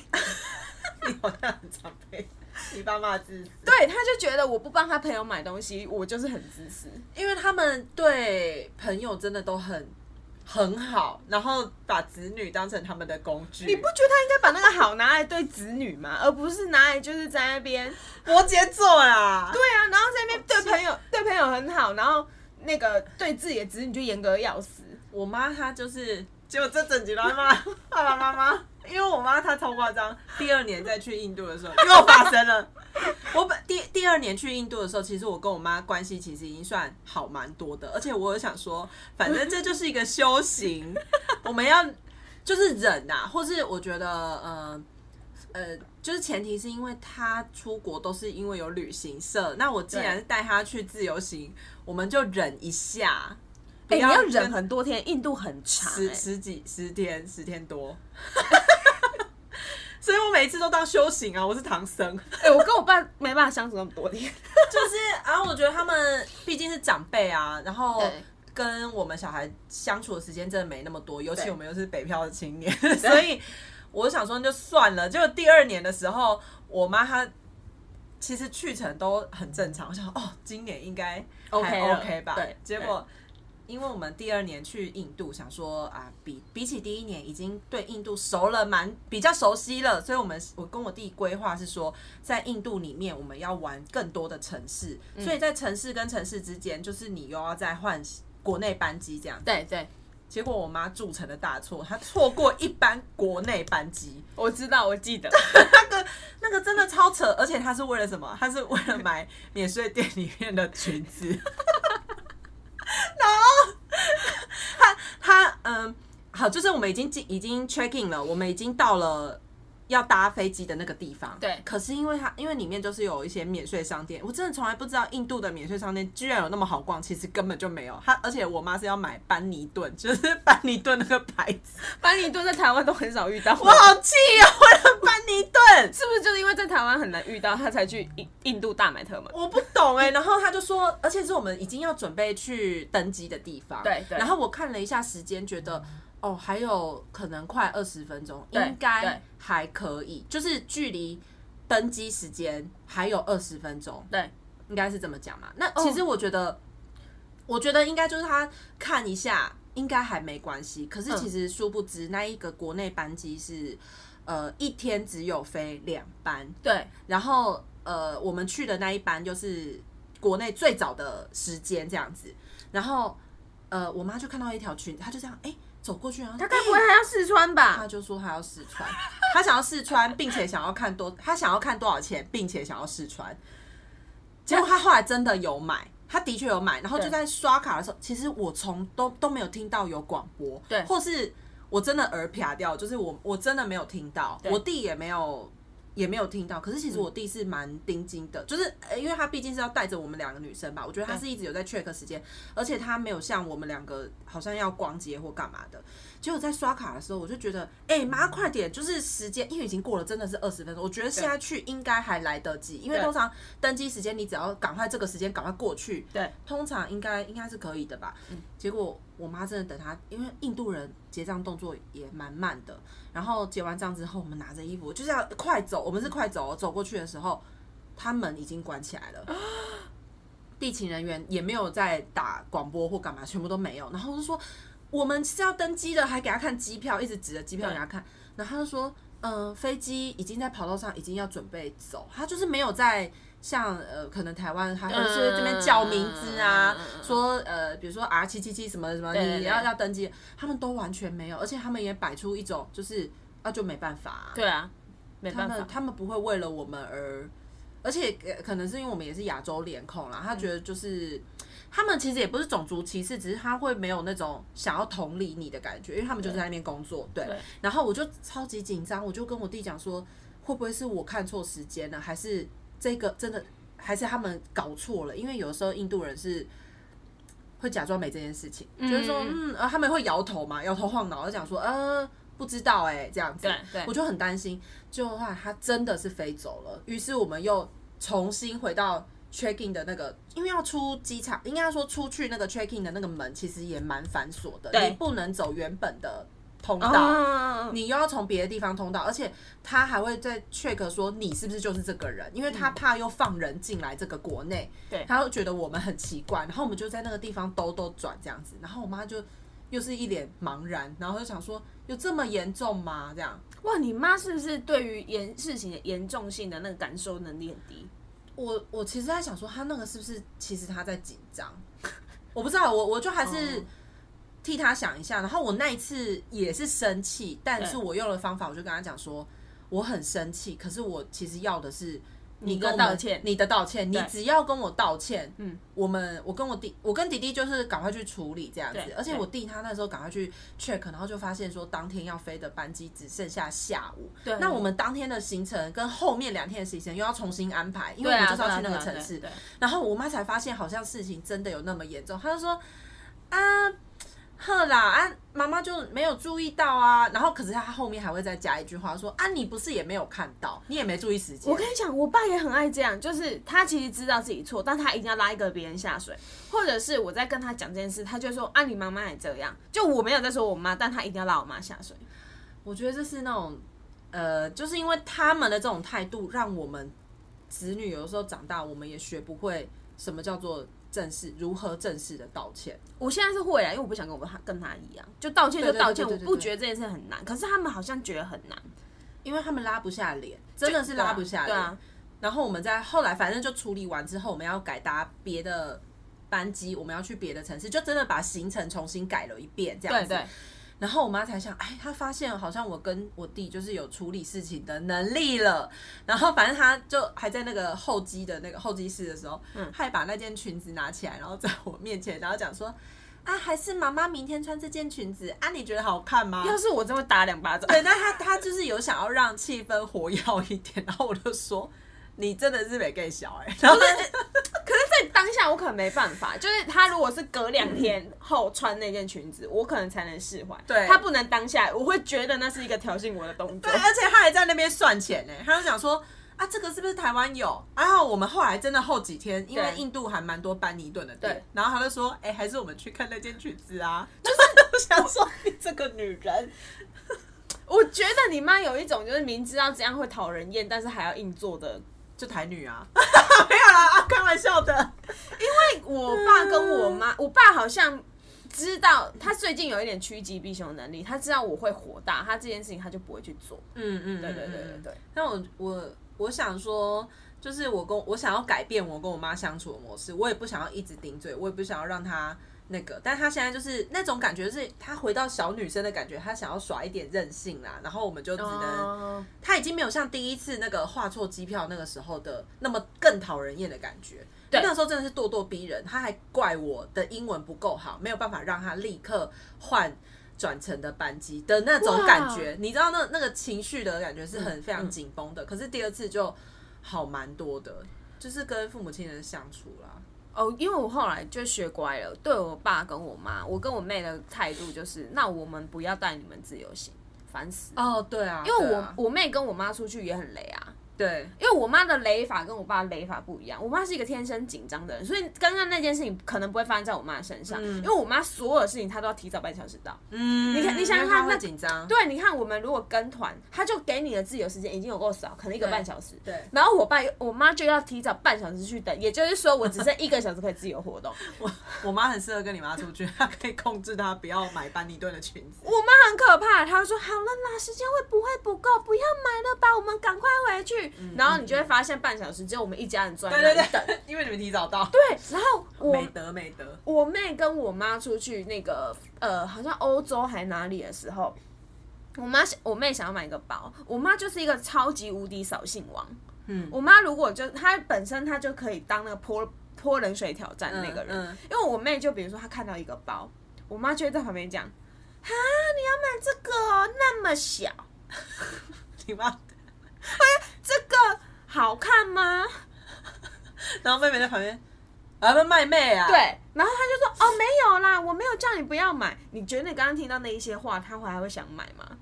Speaker 2: 你 好像很常被 你爸妈支持，
Speaker 1: 对，他就觉得我不帮他朋友买东西，我就是很自私。
Speaker 2: 因为他们对朋友真的都很很好，然后把子女当成他们的工具。
Speaker 1: 你不觉得他应该把那个好拿来对子女吗？而不是拿来就是在那边
Speaker 2: 摩羯座啦，
Speaker 1: 对啊，然后在那边对朋 友对朋友很好，然后那个对自己的子女就严格要死。
Speaker 2: 我妈她就是，结果这整集来骂 爸爸妈妈，因为我妈她超夸张，第二年再去印度的时候又发生了。 我本第第二年去印度的时候，其实我跟我妈关系其实已经算好蛮多的，而且我有想说，反正这就是一个修行， 我们要就是忍啊，或是我觉得呃呃，就是前提是因为她出国都是因为有旅行社，那我既然是带她去自由行，我们就忍一下。
Speaker 1: 哎、你要
Speaker 2: 跟
Speaker 1: 忍很多天，印度很长、
Speaker 2: 十
Speaker 1: 欸。
Speaker 2: 十几十天十天多， 所以我每一次都当修行啊，我是唐僧，
Speaker 1: 哎、我跟我爸没办法相处那么多天。
Speaker 2: 就是然后我觉得他们毕竟是长辈啊，然后跟我们小孩相处的时间真的没那么多，尤其我们又是北漂的青年， 所以我想说那就算了。结果第二年的时候，我妈她其实去程都很正常，我想哦，今年应该还
Speaker 1: OK 了
Speaker 2: OK 吧？
Speaker 1: 对
Speaker 2: 结果。因为我们第二年去印度，想说啊，比比起第一年已经对印度熟了蛮比较熟悉了，所以我们我跟我弟规划是说，在印度里面我们要玩更多的城市，
Speaker 1: 嗯
Speaker 2: 所以在城市跟城市之间，就是你又要再换国内班机这样子。
Speaker 1: 对对，
Speaker 2: 结果我妈铸成了大错，她错过一班国内班机，
Speaker 1: 我知道，我记得。
Speaker 2: 那个真的超扯，而且她是为了什么？她是为了买免税店里面的裙子， 然后她她嗯，好，就是我们已经进已经 check in 了，我们已经到了。要搭飞机的那个地方，
Speaker 1: 对
Speaker 2: 可是因为它因为里面就是有一些免税商店，我真的从来不知道印度的免税商店居然有那么好逛，其实根本就没有。她而且我妈是要买班尼顿，就是班尼顿那个牌子，
Speaker 1: 班尼顿在台湾都很少遇到，
Speaker 2: 我好气哦！为了班尼顿，
Speaker 1: 是不是就是因为在台湾很难遇到，他才去印印度大买特买？
Speaker 2: 我不懂哎、然后他就说，而且是我们已经要准备去登机的地方。
Speaker 1: 对对
Speaker 2: 然后我看了一下时间，觉得哦，还有可能快二十分钟，
Speaker 1: 对
Speaker 2: 应
Speaker 1: 对
Speaker 2: 该还可以，就是距离登机时间还有二十分钟，
Speaker 1: 对，哦
Speaker 2: 应该是这么讲嘛。那其实我觉得，我觉得应该就是他看一下，应该还没关系。可是
Speaker 1: 嗯
Speaker 2: 其实殊不知，那一个国内班机是呃一天只有飞两班。
Speaker 1: 对，
Speaker 2: 然后呃，我们去的那一班就是国内最早的时间这样子。然后呃，我妈就看到一条裙子，她就这样哎、走过去，然后
Speaker 1: 他该不
Speaker 2: 哎
Speaker 1: 会还要试穿吧？
Speaker 2: 她就说她要试穿，她想要试穿，并且想要看多，她想要看多少钱，并且想要试穿。结果她后来真的有买。她的确有买，然后就
Speaker 1: 对
Speaker 2: 在刷卡的时候，其实我从都都没有听到有广播，
Speaker 1: 对
Speaker 2: 或是我真的耳撇掉，就是我我真的没有听到，
Speaker 1: 对嗯
Speaker 2: 我弟也没有也没有听到。可是其实我弟是蛮盯紧的，就是呃因为他毕竟是要带着我们两个女生吧，我觉得他是一直有在 check 时间，而且他没有像我们两个好像要逛街或干嘛的。结果在刷卡的时候，我就觉得，哎、妈，快点！就是时间，因为已经过了，真的是二十分钟。我觉得现在去应该还来得及，因为
Speaker 1: 对
Speaker 2: 通常登机时间你只要赶快这个时间赶快过去，
Speaker 1: 对，
Speaker 2: 通常应该应该是可以的吧。结果我妈真的等她，因为印度人结账动作也蛮慢的，然后结完账之后，我们拿着衣服就是要快走，我们是快走哦，走过去的时候，他门已经关起来了。地勤人员也没有在打广播或干嘛，全部都没有。然后我就说，我们是要登机的，还给他看机票，一直指着机票给他看。然后他就说，嗯、飞机已经在跑道上，已经要准备走。他就是没有在像呃，可能台湾他会是这边叫名字啊，
Speaker 1: 嗯嗯嗯嗯嗯
Speaker 2: 说呃，比如说 R 七七七什么什么，
Speaker 1: 对对
Speaker 2: 你
Speaker 1: 对
Speaker 2: 要要登机，他们都完全没有，而且他们也摆出一种就是啊，就没办法啊、
Speaker 1: 对啊，没
Speaker 2: 他
Speaker 1: 办
Speaker 2: 们
Speaker 1: 法，
Speaker 2: 他们不会为了我们而，而且呃可能是因为我们也是亚洲脸孔啦，他觉得就是、他们其实也不是种族歧视，只是他会没有那种想要同理你的感觉，因为他们就是在那边工作，对。
Speaker 1: 对
Speaker 2: 然后我就超级紧张，我就跟我弟讲说，会不会是我看错时间了，还是这个真的，还是他们搞错了？因为有的时候印度人是。会假装没这件事情，就是说，嗯，呃，他们会摇头嘛，摇头晃脑，就讲说，呃，不知道、哎，这样子，
Speaker 1: 对对
Speaker 2: 我就很担心。最后的话，他真的是飞走了，于是我们又重新回到 check in 的那个，因为要出机场，应该说出去那个 check in 的那个门，其实也蛮繁琐的，
Speaker 1: 对
Speaker 2: 你不能走原本的
Speaker 1: 嗯
Speaker 2: 通
Speaker 1: 嗯
Speaker 2: 道。
Speaker 1: 嗯嗯
Speaker 2: 你又要从别的地方通道，而且他还会再 check 说你是不是就是这个人，因为他怕又放人进来这个国内，
Speaker 1: 对
Speaker 2: 他又觉得我们很奇怪，然后我们就在那个地方兜兜转这样子，然后我妈就又是一脸茫然，然后就想说有这么严重吗？这样，
Speaker 1: 哇，你妈是不是对于严事情的严重性的那个感受能力很低？
Speaker 2: 我我其实在想说，他那个是不是其实他在紧张？我不知道，我我就还是
Speaker 1: 哦
Speaker 2: 替他想一下。然后我那一次也是生气，但是
Speaker 1: 对
Speaker 2: 我用了方法，我就跟他讲说，我很生气，可是我其实要的是
Speaker 1: 你
Speaker 2: 跟
Speaker 1: 的
Speaker 2: 我们
Speaker 1: 道歉
Speaker 2: 你的道歉，你
Speaker 1: 对
Speaker 2: 只要跟我道歉，
Speaker 1: 嗯，
Speaker 2: 我们我跟我弟，我跟弟弟就是赶快去处理这样子
Speaker 1: 对。
Speaker 2: 而且
Speaker 1: 对
Speaker 2: 我弟他那时候赶快去 check，然后就发现说当天要飞的班机只剩下下午，
Speaker 1: 对
Speaker 2: 那我们当天的行程跟后面两天的行程又要重新安排，因为
Speaker 1: 对
Speaker 2: 我们
Speaker 1: 啊，
Speaker 2: 就是要去那
Speaker 1: 对啊
Speaker 2: 个
Speaker 1: 对啊
Speaker 2: 城市。
Speaker 1: 对啊
Speaker 2: 然后我妈才发现好像事情真的有那么严重，她就说啊，呵啦啊，妈妈就没有注意到啊。然后可是她后面还会再加一句话说啊，你不是也没有看到，你也没注意时间
Speaker 1: 我。跟你讲，我爸也很爱这样，就是他其实知道自己错，但他一定要拉一个别人下水，或者是我在跟他讲这件事，他就说啊，你妈妈也这样，就我没有在说我妈，但他一定要拉我妈下水。
Speaker 2: 我觉得这是那种呃，就是因为他们的这种态度，让我们子女有的时候长大，我们也学不会什么叫做正式，如何正式的道歉。
Speaker 1: 我现在是会啊，因为我不想跟我爸跟他一样，就道歉就
Speaker 2: 对对对
Speaker 1: 道歉，
Speaker 2: 对
Speaker 1: 我
Speaker 2: 对对
Speaker 1: 不觉得这件事很难，可是他们好像觉得很难，
Speaker 2: 因为他们拉不下脸，真的是
Speaker 1: 对啊
Speaker 2: 拉不下
Speaker 1: 对
Speaker 2: 脸。
Speaker 1: 啊，
Speaker 2: 然后我们在后来，反正就处理完之后，我们要改搭别的班机，我们要去别的城市，就真的把行程重新改了一遍，这样
Speaker 1: 对
Speaker 2: 子。
Speaker 1: 对，
Speaker 2: 然后我妈才想，哎，她发现好像我跟我弟就是有处理事情的能力了。然后反正她就还在那个候机的那个候机室的时候，
Speaker 1: 嗯
Speaker 2: 她还把那件裙子拿起来，然后在我面前，然后讲说，啊，还是妈妈明天穿这件裙子啊，你觉得好看吗？
Speaker 1: 要是我真会打两 巴掌，
Speaker 2: 对，那他他就是有想要让气氛活跃一点，然后我就说你真的是没给小哎、然后他就
Speaker 1: 在当下我可能没办法，就是他如果是隔两天后穿那件裙子，我可能才能释怀。
Speaker 2: 对
Speaker 1: 他不能当下，我会觉得那是一个挑衅我的动作
Speaker 2: 对，。而且他还在那边算钱呢、他就想说啊，这个是不是台湾有？然后我们后来真的后几天，因为
Speaker 1: 对
Speaker 2: 印度还蛮多班尼顿的
Speaker 1: 对
Speaker 2: 店，然后他就说，哎、还是我们去看那件裙子啊，就是想说你这个女人，
Speaker 1: 我觉得你妈有一种就是明知道这样会讨人厌，但是还要硬做的。
Speaker 2: 就台女啊， 没有啦，啊，开玩笑的，
Speaker 1: 我爸跟我
Speaker 2: 嗯
Speaker 1: 妈，我爸好像知道他最近有一点趋吉避凶的能力，他知道我会火大，他这件事情他就不会去做。
Speaker 2: 嗯嗯，
Speaker 1: 对对对对对，
Speaker 2: 那我我我想说，就是我跟我想要改变我跟我妈相处的模式，我也不想要一直顶嘴，我也不想要让她那个，但她现在就是那种感觉是，她回到小女生的感觉，她想要耍一点任性啦，然后我们就只能，
Speaker 1: 哦
Speaker 2: 她已经没有像第一次那个画错机票那个时候的那么更讨人厌的感觉。
Speaker 1: 对
Speaker 2: 那时候真的是咄咄逼人，她还怪我的英文不够好，没有办法让她立刻换。转乘的班机的那种
Speaker 1: 哇
Speaker 2: 感觉，你知道那那个情绪的感觉是很非常紧绷的。可是第二次就好蛮多的，就是跟父母亲人相处啦。
Speaker 1: 哦，因为我后来就学乖了，对我爸跟我妈，我跟我妹的态度就是，那我们不要带你们自由行，烦死了。
Speaker 2: 哦，对啊，因
Speaker 1: 因为我、我妹跟我妈出去也很雷啊，
Speaker 2: 对
Speaker 1: 因为我妈的雷法跟我爸的雷法不一样。我妈是一个天生紧张的人，所以刚刚那件事情可能不会发生在我妈身上，因为我妈所有的事情她都要提早半小时到。
Speaker 2: 嗯，你
Speaker 1: 看你想想看
Speaker 2: 会
Speaker 1: 那
Speaker 2: 紧张，
Speaker 1: 对，你看我们如果跟团，她就给你的自由时间已经有够少，可能一个半小时。
Speaker 2: 对
Speaker 1: 然后我爸我妈就要提早半小时去等，也就是说我只剩一个小时可以自由活 动。
Speaker 2: 我妈很适合跟你妈出去，她可以控制她不要买班尼顿的裙子。
Speaker 1: 我妈很可怕，她说好了啦，时间会不会不够？不要买了吧，我们赶快回去。然后你就会发现半小时只有我们一家人坐在那
Speaker 2: 对对
Speaker 1: 里等。
Speaker 2: 嗯对，因为你们提早到，
Speaker 1: 对，然后
Speaker 2: 美
Speaker 1: 我
Speaker 2: 德美德，
Speaker 1: 我妹跟我妈出去那个呃，好像欧洲还哪里的时候，我妈想我妹想要买一个包，我妈就是一个超级无敌扫兴王。嗯，我妈如果就她本身她就可以当那个泼泼冷水挑战的那个人，
Speaker 2: 嗯嗯
Speaker 1: 因为我妹就比如说她看到一个包，我妈就会在旁边讲：“啊，你要买这个哦，那么小，
Speaker 2: 你妈。
Speaker 1: 这个好看吗？”
Speaker 2: 然后妹妹在旁边，啊，那卖妹啊，，
Speaker 1: 对，然后他就说：“哦，没有啦，我没有叫你不要买。”你觉得你刚刚听到那一些话，他会还会想买吗？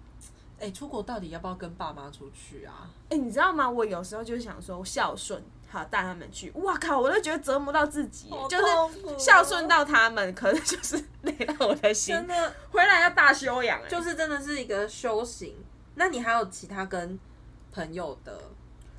Speaker 2: 哎、出国到底要不要跟爸妈出去啊？
Speaker 1: 哎、你知道吗？我有时候就是想说孝顺，好带他们去。哇靠，我都觉得折磨到自己，
Speaker 2: 好
Speaker 1: 就是
Speaker 2: 痛苦哦
Speaker 1: 孝顺到他们，可是就是累到我的心。
Speaker 2: 真的，
Speaker 1: 回来要大修养、哎，
Speaker 2: 就是真的是一个修行。那你还有其他跟朋友的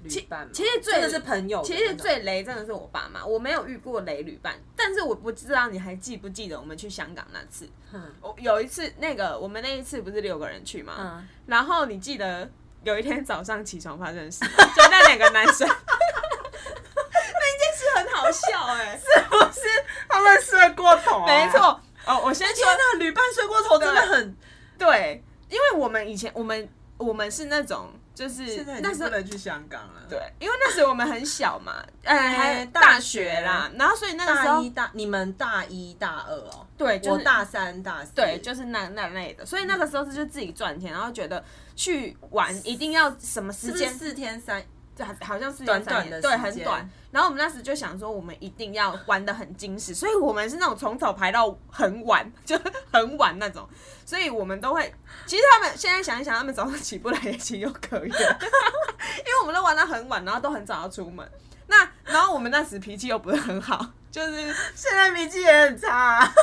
Speaker 2: 旅伴吗？
Speaker 1: 其实最
Speaker 2: 真的是朋友的
Speaker 1: 其
Speaker 2: 那种，
Speaker 1: 实最雷真的是我爸妈，我没有遇过雷旅伴，但是我不知道你还记不记得我们去香港那次，
Speaker 2: 嗯
Speaker 1: 我有一次那个我们那一次不是六个人去吗？
Speaker 2: 嗯，
Speaker 1: 然后你记得有一天早上起床发生的事吗，就那两个男 生， 那一件事很好笑 哎、
Speaker 2: 他们睡过头、啊
Speaker 1: 没。错。哦，我先
Speaker 2: 天
Speaker 1: 说
Speaker 2: 呐，旅伴睡过头真的很，
Speaker 1: 对，因为我们以前我们我们是那种就是
Speaker 2: 现在已
Speaker 1: 那时
Speaker 2: 经不
Speaker 1: 候。
Speaker 2: 能去香港了。
Speaker 1: 对，，因为那时候我们很小嘛，呃，还
Speaker 2: 大
Speaker 1: 大学啦，然后所以那个时
Speaker 2: 大
Speaker 1: 候
Speaker 2: 一大你们大一大二哦，
Speaker 1: 对，就
Speaker 2: 我
Speaker 1: 是
Speaker 2: 大三大四，
Speaker 1: 对，就是那那类的，所以那个时候是就自己赚钱，然后觉得去玩一定要什么时
Speaker 2: 是不是
Speaker 1: 间
Speaker 2: 四天三
Speaker 1: 对，好像是
Speaker 2: 短
Speaker 1: 两三
Speaker 2: 短的
Speaker 1: 年对，
Speaker 2: 时
Speaker 1: 很
Speaker 2: 间
Speaker 1: 短。然后我们那时就想说，我们一定要玩的很精实，所以我们是那种从早排到很晚，就很晚那种。所以我们都会，其实他们现在想一想，他们早上起不来也情有可 原，因为我们都玩到很晚，然后都很早要出门。那然后我们那时脾气又不是很好，就是
Speaker 2: 现在脾气也很差啊、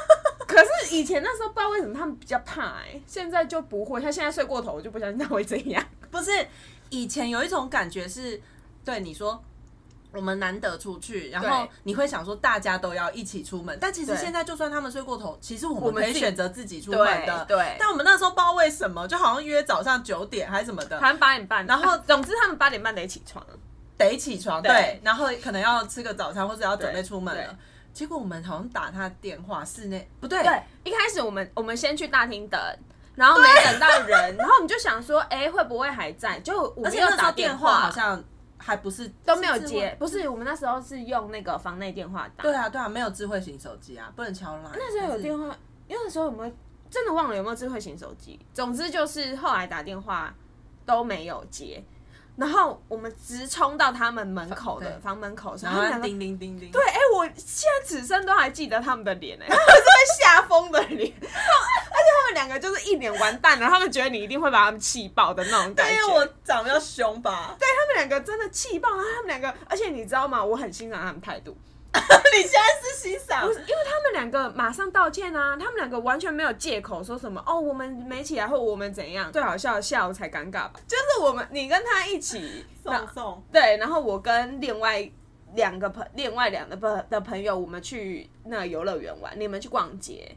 Speaker 1: 可是以前那时候不知道为什么他们比较怕哎、现在就不会。他现在睡过头，我就不相信他会怎样。
Speaker 2: 不是以前有一种感觉是，对你说。我们难得出去，然后
Speaker 1: 对
Speaker 2: 你会想说大家都要一起出门，但其实
Speaker 1: 对
Speaker 2: 现在就算他们睡过头，其实我
Speaker 1: 我
Speaker 2: 们
Speaker 1: 们
Speaker 2: 可以
Speaker 1: 自己
Speaker 2: 选择自己出门的。
Speaker 1: 对对
Speaker 2: 但我们那时候不知道为什么，就好像约早上九点还是什么的
Speaker 1: 好，像八点半，
Speaker 2: 然后
Speaker 1: 啊 总之他们八点半得起床。
Speaker 2: 得起床，
Speaker 1: 对
Speaker 2: 对，然后可能要吃个早餐或者要准备出门
Speaker 1: 对
Speaker 2: 了。结果我们好像打他电话，室内不对，
Speaker 1: 对，一开始我们我们先去大厅等，然后没等到人，然后我们就想说，哎、会不会还在？就我
Speaker 2: 而
Speaker 1: 们
Speaker 2: 且
Speaker 1: 又
Speaker 2: 那时
Speaker 1: 打
Speaker 2: 候电
Speaker 1: 话，
Speaker 2: 话好像还不是
Speaker 1: 都没有
Speaker 2: 是智慧
Speaker 1: 接。不是，我们那时候是用那个房内电话打。
Speaker 2: 对啊，对啊，没有智慧型手机啊，不能敲啦。
Speaker 1: 那时候有电
Speaker 2: 话，
Speaker 1: 话，因为那时候有没有真的忘了有没有智慧型手机？总之就是后来打电话都没有接，然后我们直冲到他们门口的
Speaker 2: 对
Speaker 1: 房门啊口的时
Speaker 2: 然
Speaker 1: 候，他们
Speaker 2: 后
Speaker 1: 两个
Speaker 2: 叮叮叮叮。
Speaker 1: 对，哎、我现在此生都还记得他们的脸、哎，他 们是被吓疯的脸，他们而且他们两个就是一脸完蛋了，他们觉得你一定会把他们气爆的那种感
Speaker 2: 因
Speaker 1: 觉。
Speaker 2: 为啊我长得比较凶吧？ 对，
Speaker 1: 对他们两个真的气爆，然后他们两个，而且你知道吗？我很欣赏他们态度，
Speaker 2: 你现在是欣赏
Speaker 1: 不是因为他们两个马上道歉啊，他们两个完全没有借口说什么哦，我们没起来或我们怎样。最好笑的下午才尴尬吧，就是我们你跟他一起，那
Speaker 2: 送送，
Speaker 1: 对，然后我跟另外两个朋，另外两个朋的朋友，我们去那游乐园玩，你们去逛街。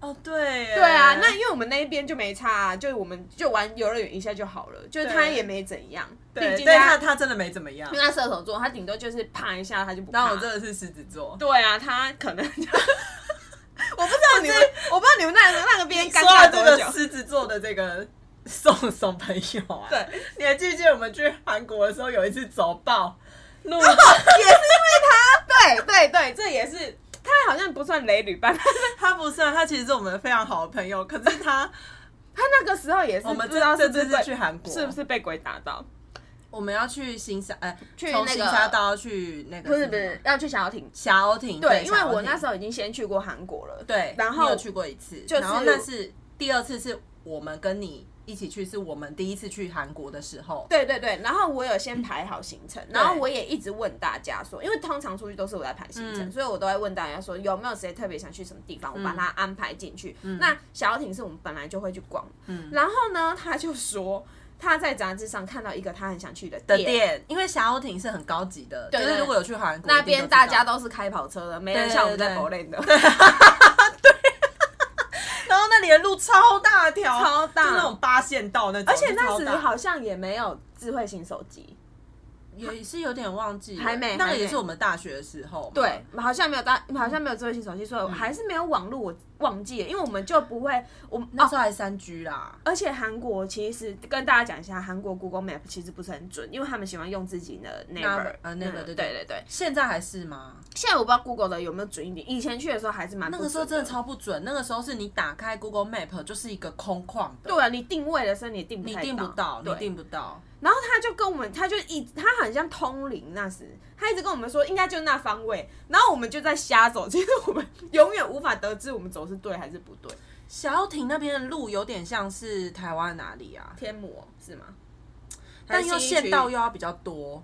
Speaker 2: 哦，对耶，
Speaker 1: 对啊，那因为我们那一边就没差、啊，就我们就玩游乐园一下就好了，就是他
Speaker 2: 对
Speaker 1: 也没怎样，毕
Speaker 2: 对，
Speaker 1: 竟
Speaker 2: 但
Speaker 1: 他
Speaker 2: 他他真的没怎么样
Speaker 1: 因为。他射手座，他顶多就是怕一下他就不怕。
Speaker 2: 但我真的是狮子座，
Speaker 1: 对啊，他可能就 我不知道你们，我不知道你们那个那个边尴
Speaker 2: 说到
Speaker 1: 尬
Speaker 2: 这
Speaker 1: 多
Speaker 2: 个
Speaker 1: 久。
Speaker 2: 狮子座的这个送送朋友啊，
Speaker 1: 对，
Speaker 2: 你还记不记得我们去韩国的时候 有一次走爆路？
Speaker 1: 也是因为他，对对对，这也是他好像不算雷旅伴，
Speaker 2: 他不算，他其实是我们非常好的朋友，可是 他
Speaker 1: 他那个时候也是
Speaker 2: 我们
Speaker 1: 不知道
Speaker 2: 这
Speaker 1: 是不
Speaker 2: 这
Speaker 1: 是
Speaker 2: 次
Speaker 1: 被
Speaker 2: 去韩国
Speaker 1: 是不是被鬼打到？
Speaker 2: 我们要去新沙，哎、
Speaker 1: 去
Speaker 2: 从
Speaker 1: 那个
Speaker 2: 新沙到去那个
Speaker 1: 不是不是，要去小艇。
Speaker 2: 霞欧亭，
Speaker 1: 嗯对，因为我那
Speaker 2: 候
Speaker 1: 时候已经先去过韩国了。
Speaker 2: 对，
Speaker 1: 然
Speaker 2: 你
Speaker 1: 后
Speaker 2: 有去过一次，
Speaker 1: 就是
Speaker 2: 然后那是第二次是我们跟你一起去，是我们第一次去韩国的时候，
Speaker 1: 对对对，然后我有
Speaker 2: 嗯
Speaker 1: 先排好行程，然后我也一直问大家说，因为通常出去都是我在排行程，
Speaker 2: 嗯
Speaker 1: 所以我都会问大家说有没有谁特别想去什么地方，我把它安排进去。
Speaker 2: 嗯
Speaker 1: 那小艇是我们本来就会去逛，然后呢，他就说他在杂志上看到一个他很想去的
Speaker 2: 的
Speaker 1: 店。
Speaker 2: 店，因为霞欧亭是很高级的，
Speaker 1: 对
Speaker 2: 就是
Speaker 1: 对
Speaker 2: 如果有去韩国
Speaker 1: 那边大家
Speaker 2: 都。
Speaker 1: 都是开跑车的，没人
Speaker 2: 对
Speaker 1: 像我们在
Speaker 2: 对
Speaker 1: 国内的，
Speaker 2: 然后那里的路超大条，
Speaker 1: 超大
Speaker 2: 就那种八线道那种，
Speaker 1: 而且那
Speaker 2: 就
Speaker 1: 时
Speaker 2: 超大
Speaker 1: 好像也没有智慧型手机，
Speaker 2: 也是有点忘记了，
Speaker 1: 还没
Speaker 2: 那
Speaker 1: 还
Speaker 2: 个
Speaker 1: 没
Speaker 2: 也是我们大学的时候嘛，
Speaker 1: 对，好像没有大，好像没有智慧型手机，
Speaker 2: 嗯
Speaker 1: 所以我还是没有网络，我忘记了，因为我们就不会，我们
Speaker 2: 那时候还三 G 啦，
Speaker 1: 哦而且韩国其实跟大家讲一下，韩国 Google Map 其实不是很准，因为他们喜欢用自己的 neighbor，
Speaker 2: 呃
Speaker 1: 嗯
Speaker 2: 那个
Speaker 1: 对
Speaker 2: 对对
Speaker 1: 对对。
Speaker 2: 现在还是吗？
Speaker 1: 现在我不知道 Google 的有没有准一点，以前去的时候还是蛮
Speaker 2: 那
Speaker 1: 不
Speaker 2: 个时候
Speaker 1: 准
Speaker 2: 真的超不准，那个时候是你打开 Google Map 就是一个空旷的，
Speaker 1: 对啊，你定位的时候你定不
Speaker 2: 你
Speaker 1: 太
Speaker 2: 订不到，你
Speaker 1: 对。
Speaker 2: 订不到，
Speaker 1: 然后他就跟我们，他就一他很像通灵那时，他一直跟我们说应该就是那方位，然后我们就在瞎走，其实我们永远无法得知我们走是对还是不对。
Speaker 2: 小艇那边的路有点像是台湾哪里啊？
Speaker 1: 天魔是吗？
Speaker 2: 但又县道又要比较多，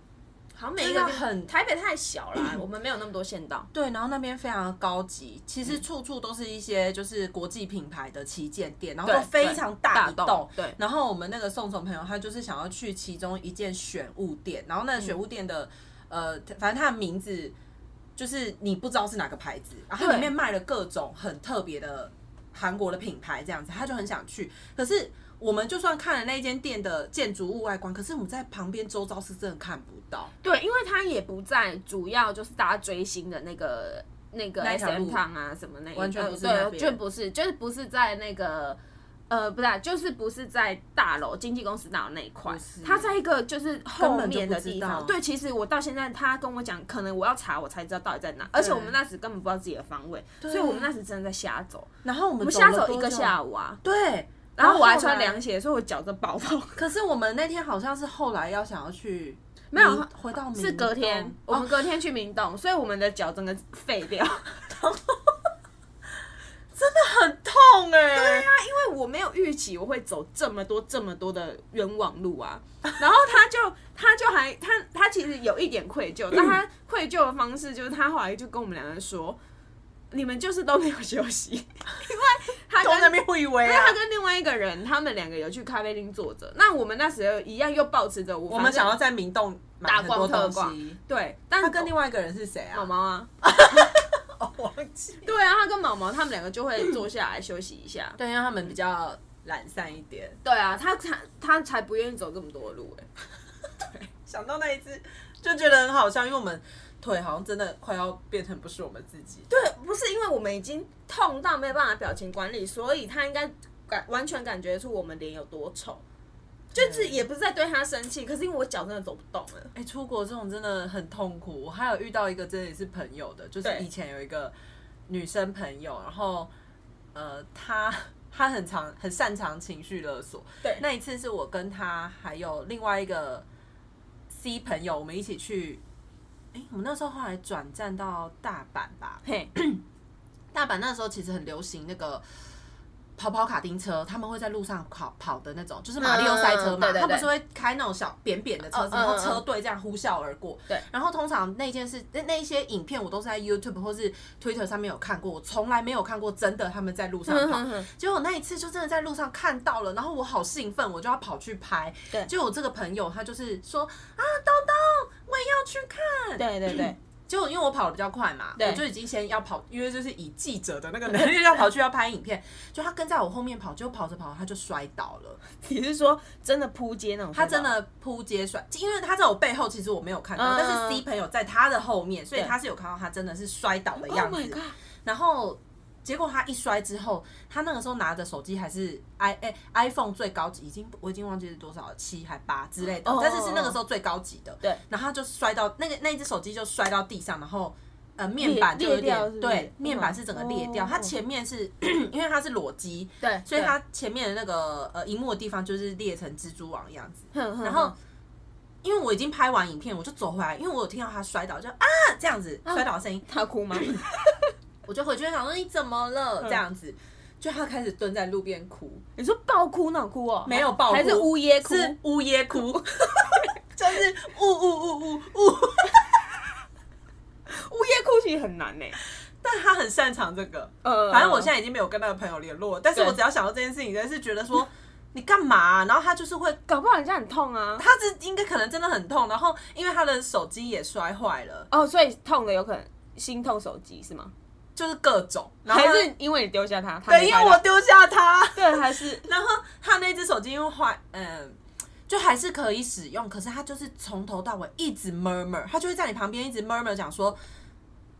Speaker 1: 好像每一个地
Speaker 2: 真的很
Speaker 1: 台北太小啦，我们没有那么多县道。
Speaker 2: 对，然后那边非常的高级，其
Speaker 1: 嗯
Speaker 2: 实处处都是一些就是国际品牌的旗舰店，然后都
Speaker 1: 对
Speaker 2: 非常大一
Speaker 1: 对大
Speaker 2: 栋
Speaker 1: 栋。对
Speaker 2: 然后我们那个宋总朋友他就是想要去其中一件选物店，然后那个
Speaker 1: 嗯
Speaker 2: 选物店的、呃，反正它的名字就是你不知道是哪个牌子，然后它里
Speaker 1: 对
Speaker 2: 面卖了各种很特别的韩国的品牌这样子，他就很想去，可是。我们就算看了那间店的建筑物外观，可是我们在旁边周遭是真的看不到。
Speaker 1: 对，因为它也不在主要就是大家追星的那个那个
Speaker 2: 那一条
Speaker 1: SM
Speaker 2: 路
Speaker 1: 烫啊什么那一
Speaker 2: 完全
Speaker 1: 呃
Speaker 2: 不是那
Speaker 1: 对，
Speaker 2: 边
Speaker 1: 就不是就是不是在那个呃不是、啊，就是不是在大楼经纪公司大楼那一块
Speaker 2: 不是，
Speaker 1: 它在一个就是后
Speaker 2: 本就
Speaker 1: 面
Speaker 2: 不
Speaker 1: 的
Speaker 2: 知
Speaker 1: 地
Speaker 2: 道
Speaker 1: 方。对，其实我到现在他跟我讲，可能我要查我才知道到底在哪，而且我们那时根本不知道自己的方位，
Speaker 2: 啊
Speaker 1: 所以我们那时真的在瞎走，
Speaker 2: 然后我们
Speaker 1: 我
Speaker 2: 我
Speaker 1: 们瞎走一个下午啊。
Speaker 2: 对，
Speaker 1: 然后我还
Speaker 2: 后
Speaker 1: 穿
Speaker 2: 来
Speaker 1: 凉鞋，所以我脚都爆痛。
Speaker 2: 可是我们那天好像是后来要想要去明，没
Speaker 1: 有
Speaker 2: 回到明
Speaker 1: 是隔天
Speaker 2: 洞，
Speaker 1: 我
Speaker 2: 哦，
Speaker 1: 们隔天去明洞，所以我们的脚整个废掉。
Speaker 2: 很痛哎、对呀、
Speaker 1: 因为我没有预期我会走这么多这么多的冤枉路啊，然后他就 他就还他他其实有一点愧
Speaker 2: 嗯
Speaker 1: 疚，但他愧疚的方式就是他后来就跟我们两个人说，你们就是都没有休息， 因为他
Speaker 2: 都在那
Speaker 1: 跟
Speaker 2: 边互以为啊
Speaker 1: 他，跟另外一个人，他们两个有去咖啡厅坐着，那我们那时候一样又保持着我
Speaker 2: 我
Speaker 1: 我
Speaker 2: 们想要在明洞买
Speaker 1: 大
Speaker 2: 很多
Speaker 1: 逛特
Speaker 2: 东
Speaker 1: 逛
Speaker 2: 西。，
Speaker 1: 对，但
Speaker 2: 他跟另
Speaker 1: 外
Speaker 2: 外一个人是谁啊
Speaker 1: 毛？毛啊，
Speaker 2: 哦， 忘记。
Speaker 1: 对啊，他跟毛毛他们两个就会坐下来休息一下。
Speaker 2: 对，因为他们比较懒散一点。
Speaker 1: 对啊，他才他才不愿意走这么多的路哎、
Speaker 2: 想到那一次，就觉得很好笑，因为我们腿好像真的快要变成不是我们自己。对，
Speaker 1: 对，不是因为我们已经痛到没办法表情管理，所以他应该感完全感觉出我们脸有多丑。就是也不是在对他生气，可是因为我脚真的走不动了。
Speaker 2: 哎、出国这种真的很痛苦。我还有遇到一个真的也是朋友的，就是
Speaker 1: 对
Speaker 2: 以前有一个女生朋友，然后呃，她她很常很擅长情绪勒索。
Speaker 1: 对
Speaker 2: 那一次是我跟她还有另外一个 C 朋友，我们一起去。哎、我们那时候后来转战到大阪吧。
Speaker 1: 嘿，
Speaker 2: 大阪那时候其实很流行那个跑跑卡丁车，他们会在路上跑跑的那种，就是马里奥赛车嘛，
Speaker 1: 嗯对对对
Speaker 2: 他们是会开那种小扁扁的车
Speaker 1: 嗯嗯
Speaker 2: 子，
Speaker 1: 嗯
Speaker 2: 然后车队这样呼啸而过。
Speaker 1: 对，
Speaker 2: 然后通常那件事那那一些影片我都是在 YouTube 或是 Twitter 上面有看过，我从来没有看过真的他们在路上
Speaker 1: 嗯
Speaker 2: 跑。结果那一次就真的在路上看到了，然后我好兴奋，我就要跑去拍。
Speaker 1: 对
Speaker 2: 结果我这个朋友他就是说啊，东东，我也要去看。
Speaker 1: 对对对，
Speaker 2: 结果因为我跑的比较快嘛，
Speaker 1: 对
Speaker 2: 我就已经先要跑，因为就是以记者的那个能力要跑去要拍影片，就他跟在我后面跑，结果跑着跑着他就摔倒了，
Speaker 1: 你是说真的扑街那种？
Speaker 2: 他真的扑街摔，因为他在我背后，其实我没有看到，
Speaker 1: 嗯
Speaker 2: 但是 C 朋友在他的后面，所以
Speaker 1: 对
Speaker 2: 他是有看到他真的是摔倒的
Speaker 1: Oh
Speaker 2: 样
Speaker 1: my
Speaker 2: 子
Speaker 1: god！
Speaker 2: 然后结果他一摔之后，他那个时候拿着手机还是 i 哎、iPhone 最高级，已经我已经忘记是多少了，七还八之类的
Speaker 1: 哦
Speaker 2: 但是是那个时候最高级的。
Speaker 1: 对，
Speaker 2: 然后他就摔到那个那一只手机就摔到地上，然后呃面板就有
Speaker 1: 裂掉
Speaker 2: 点
Speaker 1: 是不是
Speaker 2: 对，面板
Speaker 1: 嗯
Speaker 2: 是整个裂掉，
Speaker 1: 哦
Speaker 2: 它前面是 因为它是裸机，
Speaker 1: 对，
Speaker 2: 所以
Speaker 1: 对
Speaker 2: 它前面的那个呃荧幕的地方就是裂成蜘蛛网的样子。
Speaker 1: 哼哼
Speaker 2: 然后
Speaker 1: 哼
Speaker 2: 因为我已经拍完影片，我就走回来，因为我有听到他摔倒，就啊这样子摔倒的声音，
Speaker 1: 他哭吗？
Speaker 2: 我就回去想说你怎么了
Speaker 1: 嗯
Speaker 2: 这样子，就他开始蹲在路边哭，
Speaker 1: 你说爆哭那种哭哦，
Speaker 2: 没有爆哭
Speaker 1: 还是呜咽哭？
Speaker 2: 是呜咽哭， 就是呜呜呜呜呜，
Speaker 1: 呜咽哭其实很难呢。
Speaker 2: 但他很擅长这个。
Speaker 1: 呃
Speaker 2: 反正我现在已经没有跟那个朋友联络了，但是
Speaker 1: 对
Speaker 2: 我只要想到这件事情，真的是觉得说你干嘛啊、然后他就是会，
Speaker 1: 搞不好人家很痛啊。
Speaker 2: 他这应该可能真的很痛，然后因为他的手机也摔坏了，
Speaker 1: 哦，所以痛的有可能心痛手机是吗？
Speaker 2: 就是各种，然后
Speaker 1: 还
Speaker 2: 他
Speaker 1: 是因为你丢下它？它
Speaker 2: 对，
Speaker 1: 没
Speaker 2: 因
Speaker 1: 拍
Speaker 2: 为
Speaker 1: 到
Speaker 2: 我丢下他，
Speaker 1: 对还是
Speaker 2: 然后他那只手机因为坏，嗯。就还是可以使用，可是他就是从头到尾一直 murmur，他就会在你旁边一直 murmur 讲说，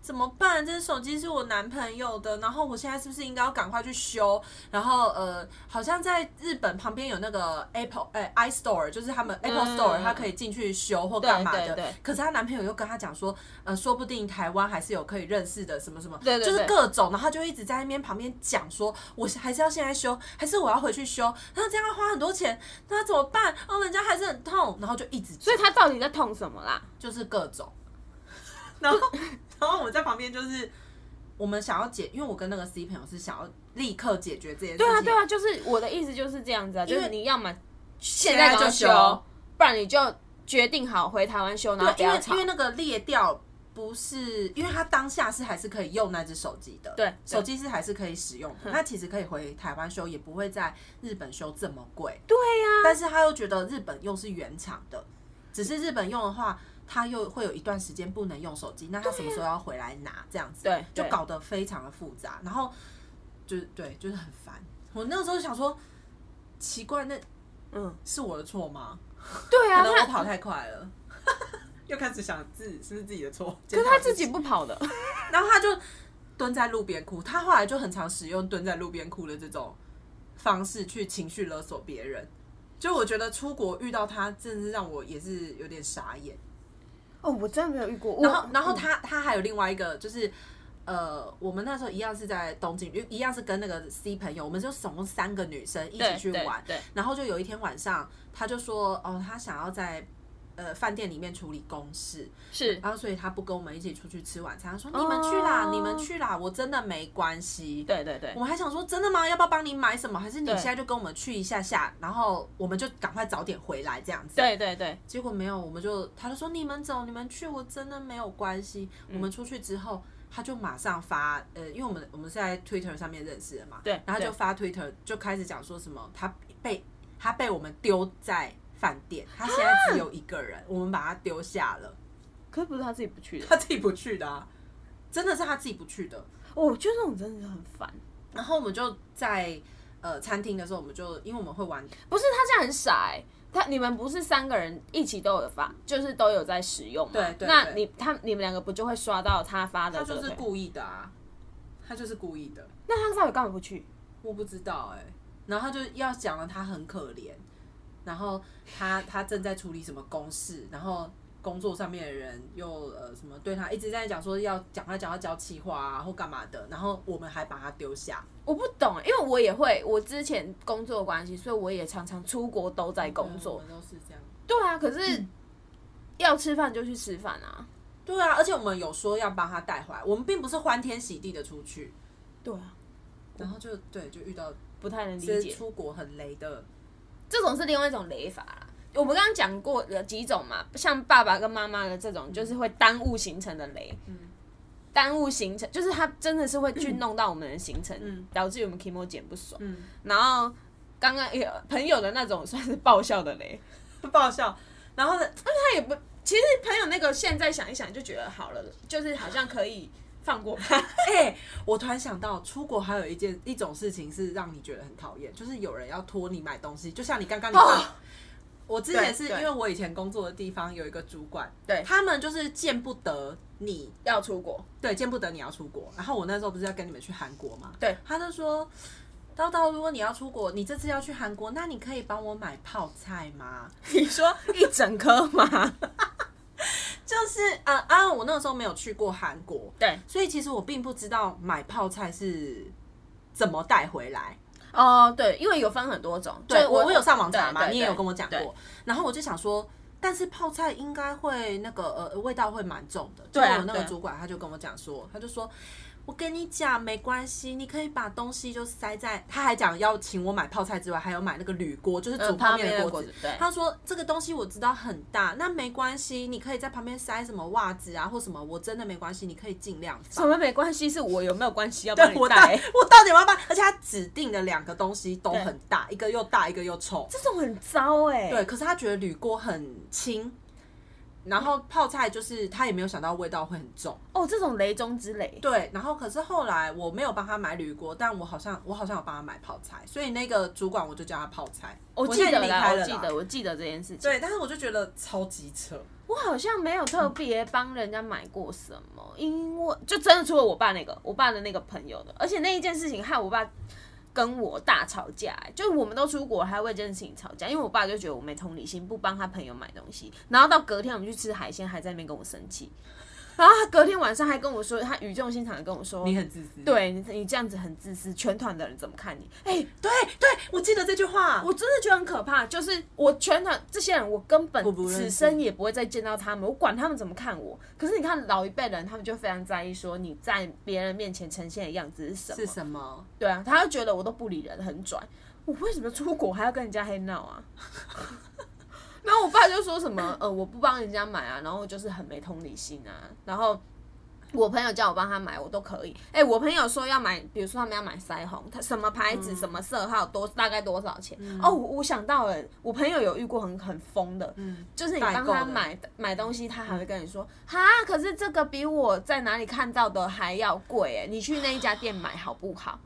Speaker 2: 怎么办？这只手机是我男朋友的，然后我现在是不是应该要赶快去修？然后呃，好像在日本旁边有那个 Apple 哎、iStore，就是他们 Apple
Speaker 1: 嗯
Speaker 2: Store，、他可以进去修或干嘛的。
Speaker 1: 对对对
Speaker 2: 可是她男朋友又跟她讲说，呃，说不定台湾还是有可以认识的什么什么，
Speaker 1: 对对对
Speaker 2: 就是各种，然后她就一直在那边旁边讲说，我还是要现在修，还是我要回去修，然后这样要花很多钱，那怎么办？哦，人家还是很痛，然后就一直讲，
Speaker 1: 所以它到底在痛什么啦？
Speaker 2: 就是各种。 然后，然后我在旁边就是，我们想要解，因为我跟那个 C 朋友是想要立刻解决这件事情。
Speaker 1: 对啊对啊，就是我的意思就是这样子啊，
Speaker 2: 因
Speaker 1: 就
Speaker 2: 为
Speaker 1: 是你要么
Speaker 2: 现
Speaker 1: 现在就修，不然你就决定好回台湾修，然后不
Speaker 2: 对，因
Speaker 1: 要
Speaker 2: 为
Speaker 1: 吵
Speaker 2: 因为。那个裂掉不是，因为他当下是还是可以用那只手机的，
Speaker 1: 对对
Speaker 2: 手机是还是可以使用
Speaker 1: 嗯
Speaker 2: 的。那其实可以回台湾修，也不会在日本修这么贵。
Speaker 1: 对呀、
Speaker 2: 但是他又觉得日本用是原厂的，只是日本用的话，他又会有一段时间不能用手机，那他什么时候要回来拿？这样子，
Speaker 1: 对
Speaker 2: 就
Speaker 1: 对
Speaker 2: 搞得非常的复杂，然后就是对，就是很烦。我那个时候想说，奇怪，那
Speaker 1: 嗯，
Speaker 2: 是我的错吗？
Speaker 1: 对啊，
Speaker 2: 可能我
Speaker 1: 他
Speaker 2: 跑太快了， 又开始想自己是不是自己的错。
Speaker 1: 可是他自己，不跑的，
Speaker 2: 然后他就蹲在路边哭，他后来就很常使用蹲在路边哭的这种方式去情绪勒索别人。就我觉得出国遇到他，真的是让我也是有点傻眼。
Speaker 1: 哦，我真的没有遇过。我
Speaker 2: 然后，然后他
Speaker 1: 嗯
Speaker 2: 他还有另外一个就是。呃，我们那时候一样是在东京，一样是跟那个 C 朋友，我们就总共三个女生一起
Speaker 1: 对
Speaker 2: 去
Speaker 1: 对
Speaker 2: 玩，
Speaker 1: 对，
Speaker 2: 然后就有一天晚上，他就说，哦，他想要在呃饭店里面处理公事，
Speaker 1: 是啊
Speaker 2: 然后所以他不跟我们一起出去吃晚餐，他说
Speaker 1: 哦
Speaker 2: 你们去啦，你们去啦，我真的没关系。
Speaker 1: 对对对
Speaker 2: 我，们还想说真的吗？要不要帮你买什么？还是你
Speaker 1: 对
Speaker 2: 现在就跟我们去一下下，然后我们就赶快早点回来这样子。
Speaker 1: 对对对，
Speaker 2: 结果没有，我们就他就说你们走，你们去，我真的没有关系。
Speaker 1: 嗯
Speaker 2: 我们出去之后，他就马上发，呃，因为我们我们是在 Twitter 上面认识的嘛，
Speaker 1: 对
Speaker 2: 然后他就
Speaker 1: 对
Speaker 2: 发 Twitter 就开始讲说什么他被他被我们丢在饭店，他现在只有一个人，我们把他丢下了，
Speaker 1: 可是不是他自己不去的。
Speaker 2: 他自己不去的、啊，真的是他自己不去的。
Speaker 1: 哦我觉得这种真的是很烦。
Speaker 2: 然后我们就在呃餐厅的时候，我们就因为我们会玩
Speaker 1: 不是他这样很傻哎、他你们不是三个人一起都有发，就是都有在使用嘛？
Speaker 2: 对对
Speaker 1: 那
Speaker 2: 对
Speaker 1: 你他你们两个不就会刷到他发的
Speaker 2: 他
Speaker 1: 这个
Speaker 2: 就
Speaker 1: 推？
Speaker 2: 是故意的啊，他就是故意的。
Speaker 1: 那他到底干嘛不去？
Speaker 2: 我不知道哎、然后他就要讲了，他很可怜，然后他他正在处理什么公事，然后工作上面的人又呃什么对他一直在讲说要讲他讲要交气话啊或干嘛的，然后我们还把他丢下，
Speaker 1: 我不懂、欸因为我也会，我之前工作的关系，所以我也常常出国都在工作
Speaker 2: 我。们都是这样。
Speaker 1: 对啊，可是、要吃饭就去吃饭啊。
Speaker 2: 对啊，而且我们有说要帮他带回来，我们并不是欢天喜地的出去，
Speaker 1: 对啊，
Speaker 2: 然后就对就遇到
Speaker 1: 不太能理
Speaker 2: 这
Speaker 1: 解。
Speaker 2: 出国很雷的，
Speaker 1: 这种是另外一种雷法啦。我们刚刚讲过有几种嘛，像爸爸跟妈妈的这种，就是会耽误行程的雷。耽误行程，就是他真的是会去弄到我们的行程，导致我们 Kimo 姐不爽。
Speaker 2: 嗯，
Speaker 1: 然后刚刚也有朋友的那种算是爆笑的雷，
Speaker 2: 爆笑。然后呢，
Speaker 1: 他也不，其实朋友那个现在想一想就觉得好了，就是好像可以放过他。
Speaker 2: 哎、我突然想到，出国还有一件一种事情是让你觉得很讨厌，就是有人要拖你买东西，就像你刚刚你
Speaker 1: 哦
Speaker 2: 我之前是
Speaker 1: 对
Speaker 2: 因
Speaker 1: 对
Speaker 2: 为我以前工作的地方有一个主管，
Speaker 1: 对
Speaker 2: 他们就是见不得你，
Speaker 1: 要出国，
Speaker 2: 对，见不得你要出国。然后我那时候不是要跟你们去韩国嘛，
Speaker 1: 对，
Speaker 2: 他就说，叨叨，如果你要出国，你这次要去韩国，那你可以帮我买泡菜吗？
Speaker 1: 你说一整颗吗？
Speaker 2: 就是啊啊，我那个时候没有去过韩国，
Speaker 1: 对，
Speaker 2: 所以其实我并不知道买泡菜是怎么带回来。
Speaker 1: 哦，对，因为有分很多种，
Speaker 2: 对
Speaker 1: 就
Speaker 2: 我我有上网查嘛，
Speaker 1: 对对
Speaker 2: 你也有跟我
Speaker 1: 对
Speaker 2: 讲
Speaker 1: 对
Speaker 2: 过。然后我就想说，但是泡菜应该会那个呃味道会蛮重的。
Speaker 1: 对啊
Speaker 2: 就我那
Speaker 1: 对
Speaker 2: 个
Speaker 1: 啊
Speaker 2: 主管他就跟我讲说，他就说。我跟你讲，没关系，你可以把东西就塞在。他还讲要请我买泡菜之外，还有买那个铝锅，就是煮
Speaker 1: 嗯
Speaker 2: 泡
Speaker 1: 泡
Speaker 2: 面
Speaker 1: 面
Speaker 2: 的
Speaker 1: 的
Speaker 2: 锅
Speaker 1: 锅
Speaker 2: 子
Speaker 1: 子。对
Speaker 2: 他说这个东西我知道很大，那没关系，你可以在旁边塞什么袜子啊或什么，我真的没关系，你可以尽量放
Speaker 1: 什。么没关系，是我有没有关系要帮
Speaker 2: 对
Speaker 1: 你
Speaker 2: 我到
Speaker 1: 带？
Speaker 2: 我到底要不要？而且他指定的两个东西都很大，一个又大，一个又臭。
Speaker 1: 这种很糟哎、
Speaker 2: 对，可是他觉得铝锅很轻，然后泡菜就是他也没有想到味道会很重。
Speaker 1: 哦，这种雷中之雷。
Speaker 2: 对，然后可是后来我没有帮他买铝锅，但我好像我好像有帮他买泡菜，所以那个主管我就叫他泡菜。
Speaker 1: 我
Speaker 2: 现
Speaker 1: 哦记
Speaker 2: 在已
Speaker 1: 得
Speaker 2: 经离开
Speaker 1: 啦，我
Speaker 2: 了
Speaker 1: 记
Speaker 2: 啦
Speaker 1: 得，我记得这件事情。
Speaker 2: 对，但是我就觉得超级扯。
Speaker 1: 我好像没有特别帮人家买过什么，因为就真的除了我爸那个，我爸的那个朋友的，而且那一件事情害我爸跟我大吵架、欸，就我们都出国，还为这件事情吵架，因为我爸就觉得我没同理心，不帮他朋友买东西，然后到隔天我们去吃海鲜，还在那边跟我生气，然后他隔天晚上还跟我说，他语重心长的跟我说，
Speaker 2: 你很自私。
Speaker 1: 对你你这样子很自私，全团的人怎么看你？哎、
Speaker 2: 对对，我记得这句话。
Speaker 1: 我真的觉得很可怕，就是我全场这些人，我根本
Speaker 2: 我不认
Speaker 1: 此
Speaker 2: 识
Speaker 1: 生也不会再见到他们，我管他们怎么看我。可是你看老一辈人，他们就非常在意说你在别人面前呈现的样子是什么。
Speaker 2: 是什么？
Speaker 1: 对啊，他就觉得我都不理人，很拽。我为什么出国还要跟人家黑闹啊？ 然后我爸就说什么，呃，我不帮人家买啊，然后就是很没同理心啊。然后我朋友叫我帮他买，我都可以。哎、我朋友说要买，比如说他们要买腮红，他什么牌子、什么色号、多大概多少钱？哦，我我想到了，我朋友有遇过很很疯的，就是你帮
Speaker 2: 代
Speaker 1: 他
Speaker 2: 购的嗯
Speaker 1: 买买东西，他还会跟你说，哈，可是这个比我在哪里看到的还要贵，哎，你去那一家店买好不好？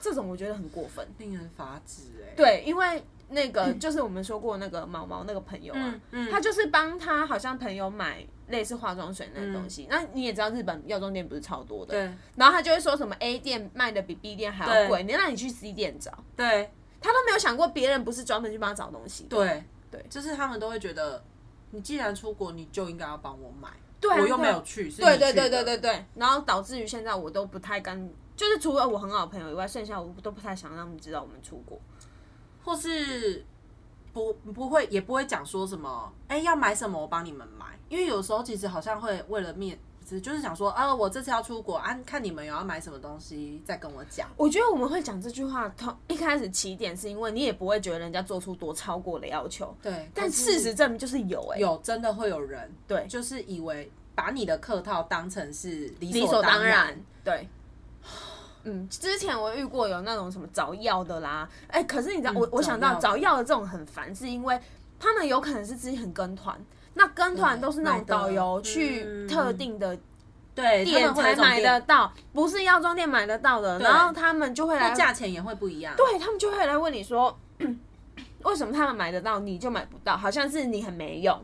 Speaker 1: 这种我觉得很过分。
Speaker 2: 令人发指哎、欸。
Speaker 1: 对，因为那个就是我们说过那个毛毛那个朋友啊
Speaker 2: 嗯，嗯
Speaker 1: 他就是帮他好像朋友买类似化妆水那个东西。那你也知道日本药妆店不是超多的，
Speaker 2: 嗯对
Speaker 1: 然后他就会说什么 A 店卖的比 B 店还要贵，你让你去 C 店找，
Speaker 2: 对
Speaker 1: 他都没有想过别人不是专门去帮他找东西的。
Speaker 2: 对
Speaker 1: 对
Speaker 2: 就是他们都会觉得，你既然出国，你就应该要帮我买。
Speaker 1: 对啊
Speaker 2: 我又
Speaker 1: 对
Speaker 2: 没
Speaker 1: 啊
Speaker 2: 有去，是
Speaker 1: 对
Speaker 2: 你
Speaker 1: 对
Speaker 2: 去
Speaker 1: 对
Speaker 2: 的
Speaker 1: 对对对，然后导致于现在我都不太敢，就是除了我很好的朋友以外，剩下我都不太想让他们知道我们出国。
Speaker 2: 或是不不会也不会讲说什么，哎、要买什么我帮你们买，因为有时候其实好像会为了面子，就是想说，啊，我这次要出国，啊，看你们有要买什么东西再跟我讲。
Speaker 1: 我觉得我们会讲这句话，同一开始起点是因为你也不会觉得人家做出多超过的要求，
Speaker 2: 对，
Speaker 1: 但
Speaker 2: 可是
Speaker 1: 事实证明就是有哎、
Speaker 2: 有真的会有人，
Speaker 1: 对
Speaker 2: 就是以为把你的客套当成是理
Speaker 1: 理
Speaker 2: 所
Speaker 1: 所当
Speaker 2: 然
Speaker 1: 然，，对。 嗯，之前我遇过有那种什么找药的啦，哎、可是你知道，我我想到
Speaker 2: 嗯
Speaker 1: 找
Speaker 2: 找药
Speaker 1: 药的这种很烦，是因为他们有可能是自己很跟团，那跟团
Speaker 2: 对
Speaker 1: 都是那
Speaker 2: 买
Speaker 1: 种
Speaker 2: 的
Speaker 1: 导游
Speaker 2: 嗯
Speaker 1: 去特定的
Speaker 2: 对，他
Speaker 1: 店
Speaker 2: 们会有
Speaker 1: 才
Speaker 2: 一种
Speaker 1: 买得
Speaker 2: 店，
Speaker 1: 到，不是药妆店买得到的，
Speaker 2: 对
Speaker 1: 然后他们就会来
Speaker 2: 那价钱也会不一样。
Speaker 1: 对他们就会来问你说，为什么他们买得到你就买不到？好像是你很没用。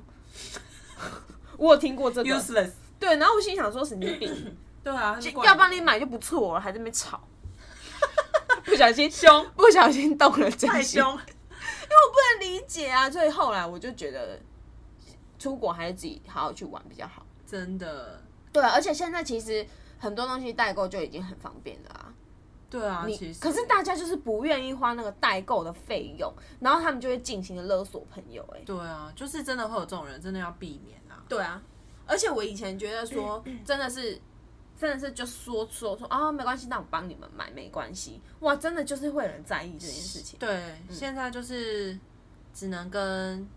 Speaker 1: 我有听过这个，
Speaker 2: ，useless。
Speaker 1: 对，然后我心想说神经病，
Speaker 2: 对啊，
Speaker 1: 要帮你买就不错了，还在那边吵， 不小心凶，不小心动了真
Speaker 2: 太
Speaker 1: 心，
Speaker 2: 凶。
Speaker 1: 不能理解啊。所以后来我就觉得，出国还是自己好好去玩比较好。
Speaker 2: 真的，
Speaker 1: 对，而且现在其实很多东西代购就已经很方便了啊。
Speaker 2: 对啊，其
Speaker 1: 你
Speaker 2: 实
Speaker 1: 可是大家就是不愿意花那个代购的费用，然后他们就会尽情的勒索朋友、哎，
Speaker 2: 对啊，就是真的会有这种人，真的要避免啊。
Speaker 1: 对啊，而且我以前觉得 说真的是。真的是就说说说啊、没关系，那我帮你们买，没关系。哇，真的就是会有人在意这件事情。嗯
Speaker 2: 对，现在就是只能跟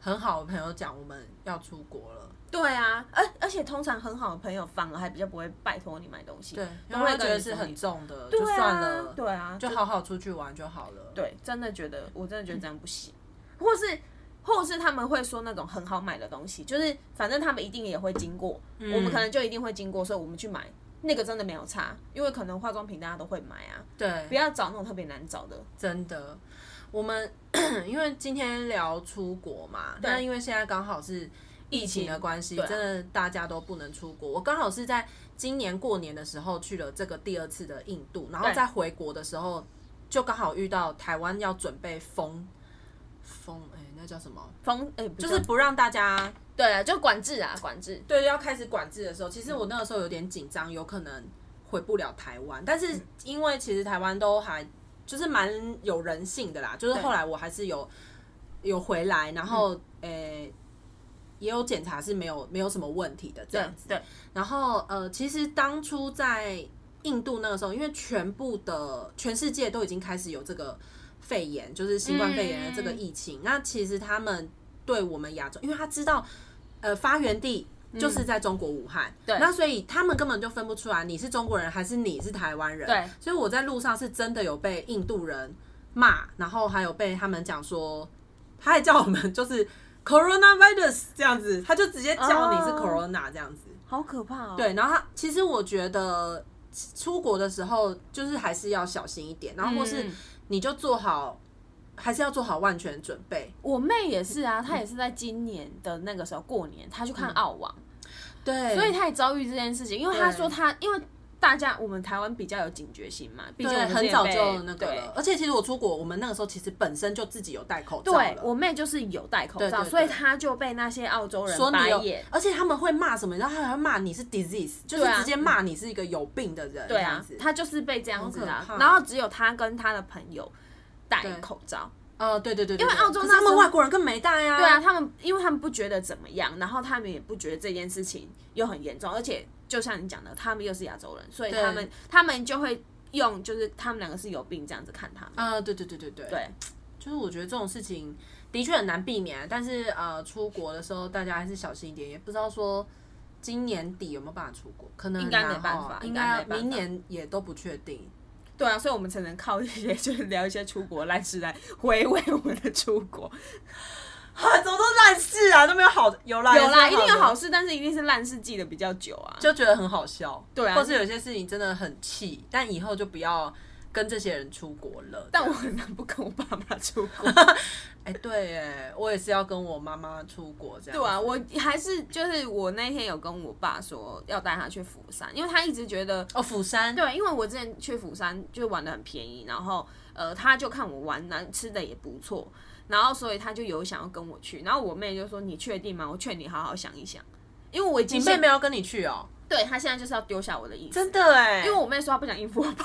Speaker 2: 很好的朋友讲我们要出国了，
Speaker 1: 对啊，而而且通常很好的朋友反而还比较不会拜托你买东西，
Speaker 2: 对，
Speaker 1: 都
Speaker 2: 因为
Speaker 1: 会
Speaker 2: 他觉
Speaker 1: 跟
Speaker 2: 得
Speaker 1: 你
Speaker 2: 是
Speaker 1: 说
Speaker 2: 很
Speaker 1: 你
Speaker 2: 重的，
Speaker 1: 对
Speaker 2: 就
Speaker 1: 啊
Speaker 2: 算了，
Speaker 1: 对啊，
Speaker 2: 就好好出去玩就好了。
Speaker 1: 对，真的觉得我真的觉得这样不行，或是或是他们会说那种很好买的东西，就是反正他们一定也会经过，
Speaker 2: 嗯
Speaker 1: 我们可能就一定会经过，所以我们去买那个真的没有差，因为可能化妆品大家都会买啊，
Speaker 2: 对，
Speaker 1: 不要找那种特别难找的。
Speaker 2: 真的，我们 因为今天聊出国嘛，那因为现在刚好是疫情的关系，
Speaker 1: 对啊
Speaker 2: 真的大家都不能出国。我刚好是在今年过年的时候去了这个第二次的印度，然后
Speaker 1: 对
Speaker 2: 在回国的时候就刚好遇到台湾要准备封封哎、那叫什么？
Speaker 1: 封哎、就
Speaker 2: 就是
Speaker 1: 是
Speaker 2: 不让大家
Speaker 1: 对啊，就管制啊，管制。
Speaker 2: 对要开始管制的时候，其实我那个时候有点紧张，有可能回不了台湾。但是因为其实台湾都还就是蛮有人性的啦，就是
Speaker 1: 对
Speaker 2: 后来我还是有有回来，然后诶、也有检查是没有没有什么问题的这
Speaker 1: 对
Speaker 2: 样子。
Speaker 1: 对，
Speaker 2: 然后呃，其实当初在印度那个时候，因为全部的全世界都已经开始有这个肺炎，就是新冠肺炎的
Speaker 1: 嗯
Speaker 2: 这个疫情。那其实他们对我们亚洲，因为他知道呃发源地。
Speaker 1: 嗯
Speaker 2: 就是在中国武汉，对那所以他们根本就分不出来你是中国人还是你是台湾人，
Speaker 1: 对，
Speaker 2: 所以我在路上是真的有被印度人骂，然后还有被他们讲说，他还叫我们就是 coronavirus 这样子，他就直接叫你是
Speaker 1: 哦
Speaker 2: corona 这样子，
Speaker 1: 好可怕哦。
Speaker 2: 对，然后他其实我觉得出国的时候就是还是要小心一点，然后或是
Speaker 1: 嗯
Speaker 2: 你就做好，还是要做好万全准备。
Speaker 1: 我妹也是啊，她也是在今年的那个时候过年，她去看澳网，
Speaker 2: 对，
Speaker 1: 所以她也遭遇这件事情，因为她
Speaker 2: 对
Speaker 1: 说她因为。大家，我们台湾比较有警觉心嘛，毕竟
Speaker 2: 对
Speaker 1: 我们
Speaker 2: 很
Speaker 1: 之前
Speaker 2: 早
Speaker 1: 被
Speaker 2: 就那个
Speaker 1: 对
Speaker 2: 了。而且其实我出国，我们那个时候其实本身就自己有戴口罩
Speaker 1: 对
Speaker 2: 了。
Speaker 1: 我妹就是有戴口
Speaker 2: 对
Speaker 1: 罩，
Speaker 2: 对对
Speaker 1: 所以她就被那些澳洲人
Speaker 2: 说
Speaker 1: 白
Speaker 2: 你有
Speaker 1: 眼，。
Speaker 2: 而且他们会骂什么？然后他还会骂你是 disease，就是
Speaker 1: 对啊
Speaker 2: 直接骂你是一个有病的人。
Speaker 1: 对
Speaker 2: 这
Speaker 1: 啊
Speaker 2: 样子，
Speaker 1: 她就是被这样子
Speaker 2: 好
Speaker 1: 啊
Speaker 2: 可。怕
Speaker 1: 然后只有她跟她的朋友戴口罩。
Speaker 2: 呃，对对对对，因
Speaker 1: 为澳洲那
Speaker 2: 他
Speaker 1: 时
Speaker 2: 们
Speaker 1: 候
Speaker 2: 外国人更没戴啊。
Speaker 1: 对啊，，他们因为他们不觉得怎么样，然后他们也不觉得这件事情又很严重，而且就像你讲的，他们又是亚洲人，所以
Speaker 2: 对
Speaker 1: 他们他们就会用就是他们两个是有病这样子看他们。
Speaker 2: 啊，对对对对对。
Speaker 1: 对，
Speaker 2: 就是我觉得这种事情的确很难避免，但是呃，出国的时候大家还是小心一点，也不知道说今年底有没有办法出国，可能
Speaker 1: 应该
Speaker 2: 很难
Speaker 1: 没办
Speaker 2: 哦
Speaker 1: 法
Speaker 2: 应
Speaker 1: 应该
Speaker 2: 该
Speaker 1: 没办法
Speaker 2: 明年也都不确 定。
Speaker 1: 对啊，所以我们才能靠一些 就是聊一些出国烂事来回味我们的出 国。
Speaker 2: 很多都烂事啊，都没有好的，有啦
Speaker 1: 有啦，一定有
Speaker 2: 有
Speaker 1: 好，事，但是一定是烂事记得比较久啊。
Speaker 2: 就觉得很好笑，
Speaker 1: 对啊
Speaker 2: 或是有些事情真的很气，但以后就不要跟这些人出国了。
Speaker 1: 但我很难不跟我爸妈出国。
Speaker 2: 哎、对，哎，我也是要跟我妈妈出国这 样。
Speaker 1: 对啊，我还是就是我那天有跟我爸说要带他去釜山，因为他一直觉得
Speaker 2: 哦，釜山，
Speaker 1: 对，因为我之前去釜山就玩的很便宜，然后呃，他就看我玩那吃的也不错，然后所以他就有想要跟我去，然后我妹就说你确定吗？我劝你好好想一想，因为我已
Speaker 2: 你
Speaker 1: 经
Speaker 2: 妹
Speaker 1: 现
Speaker 2: 妹要跟你去哦，
Speaker 1: 对他现在就是要丢下我的意思，
Speaker 2: 真的哎，
Speaker 1: 因为我妹说她不想应付我爸，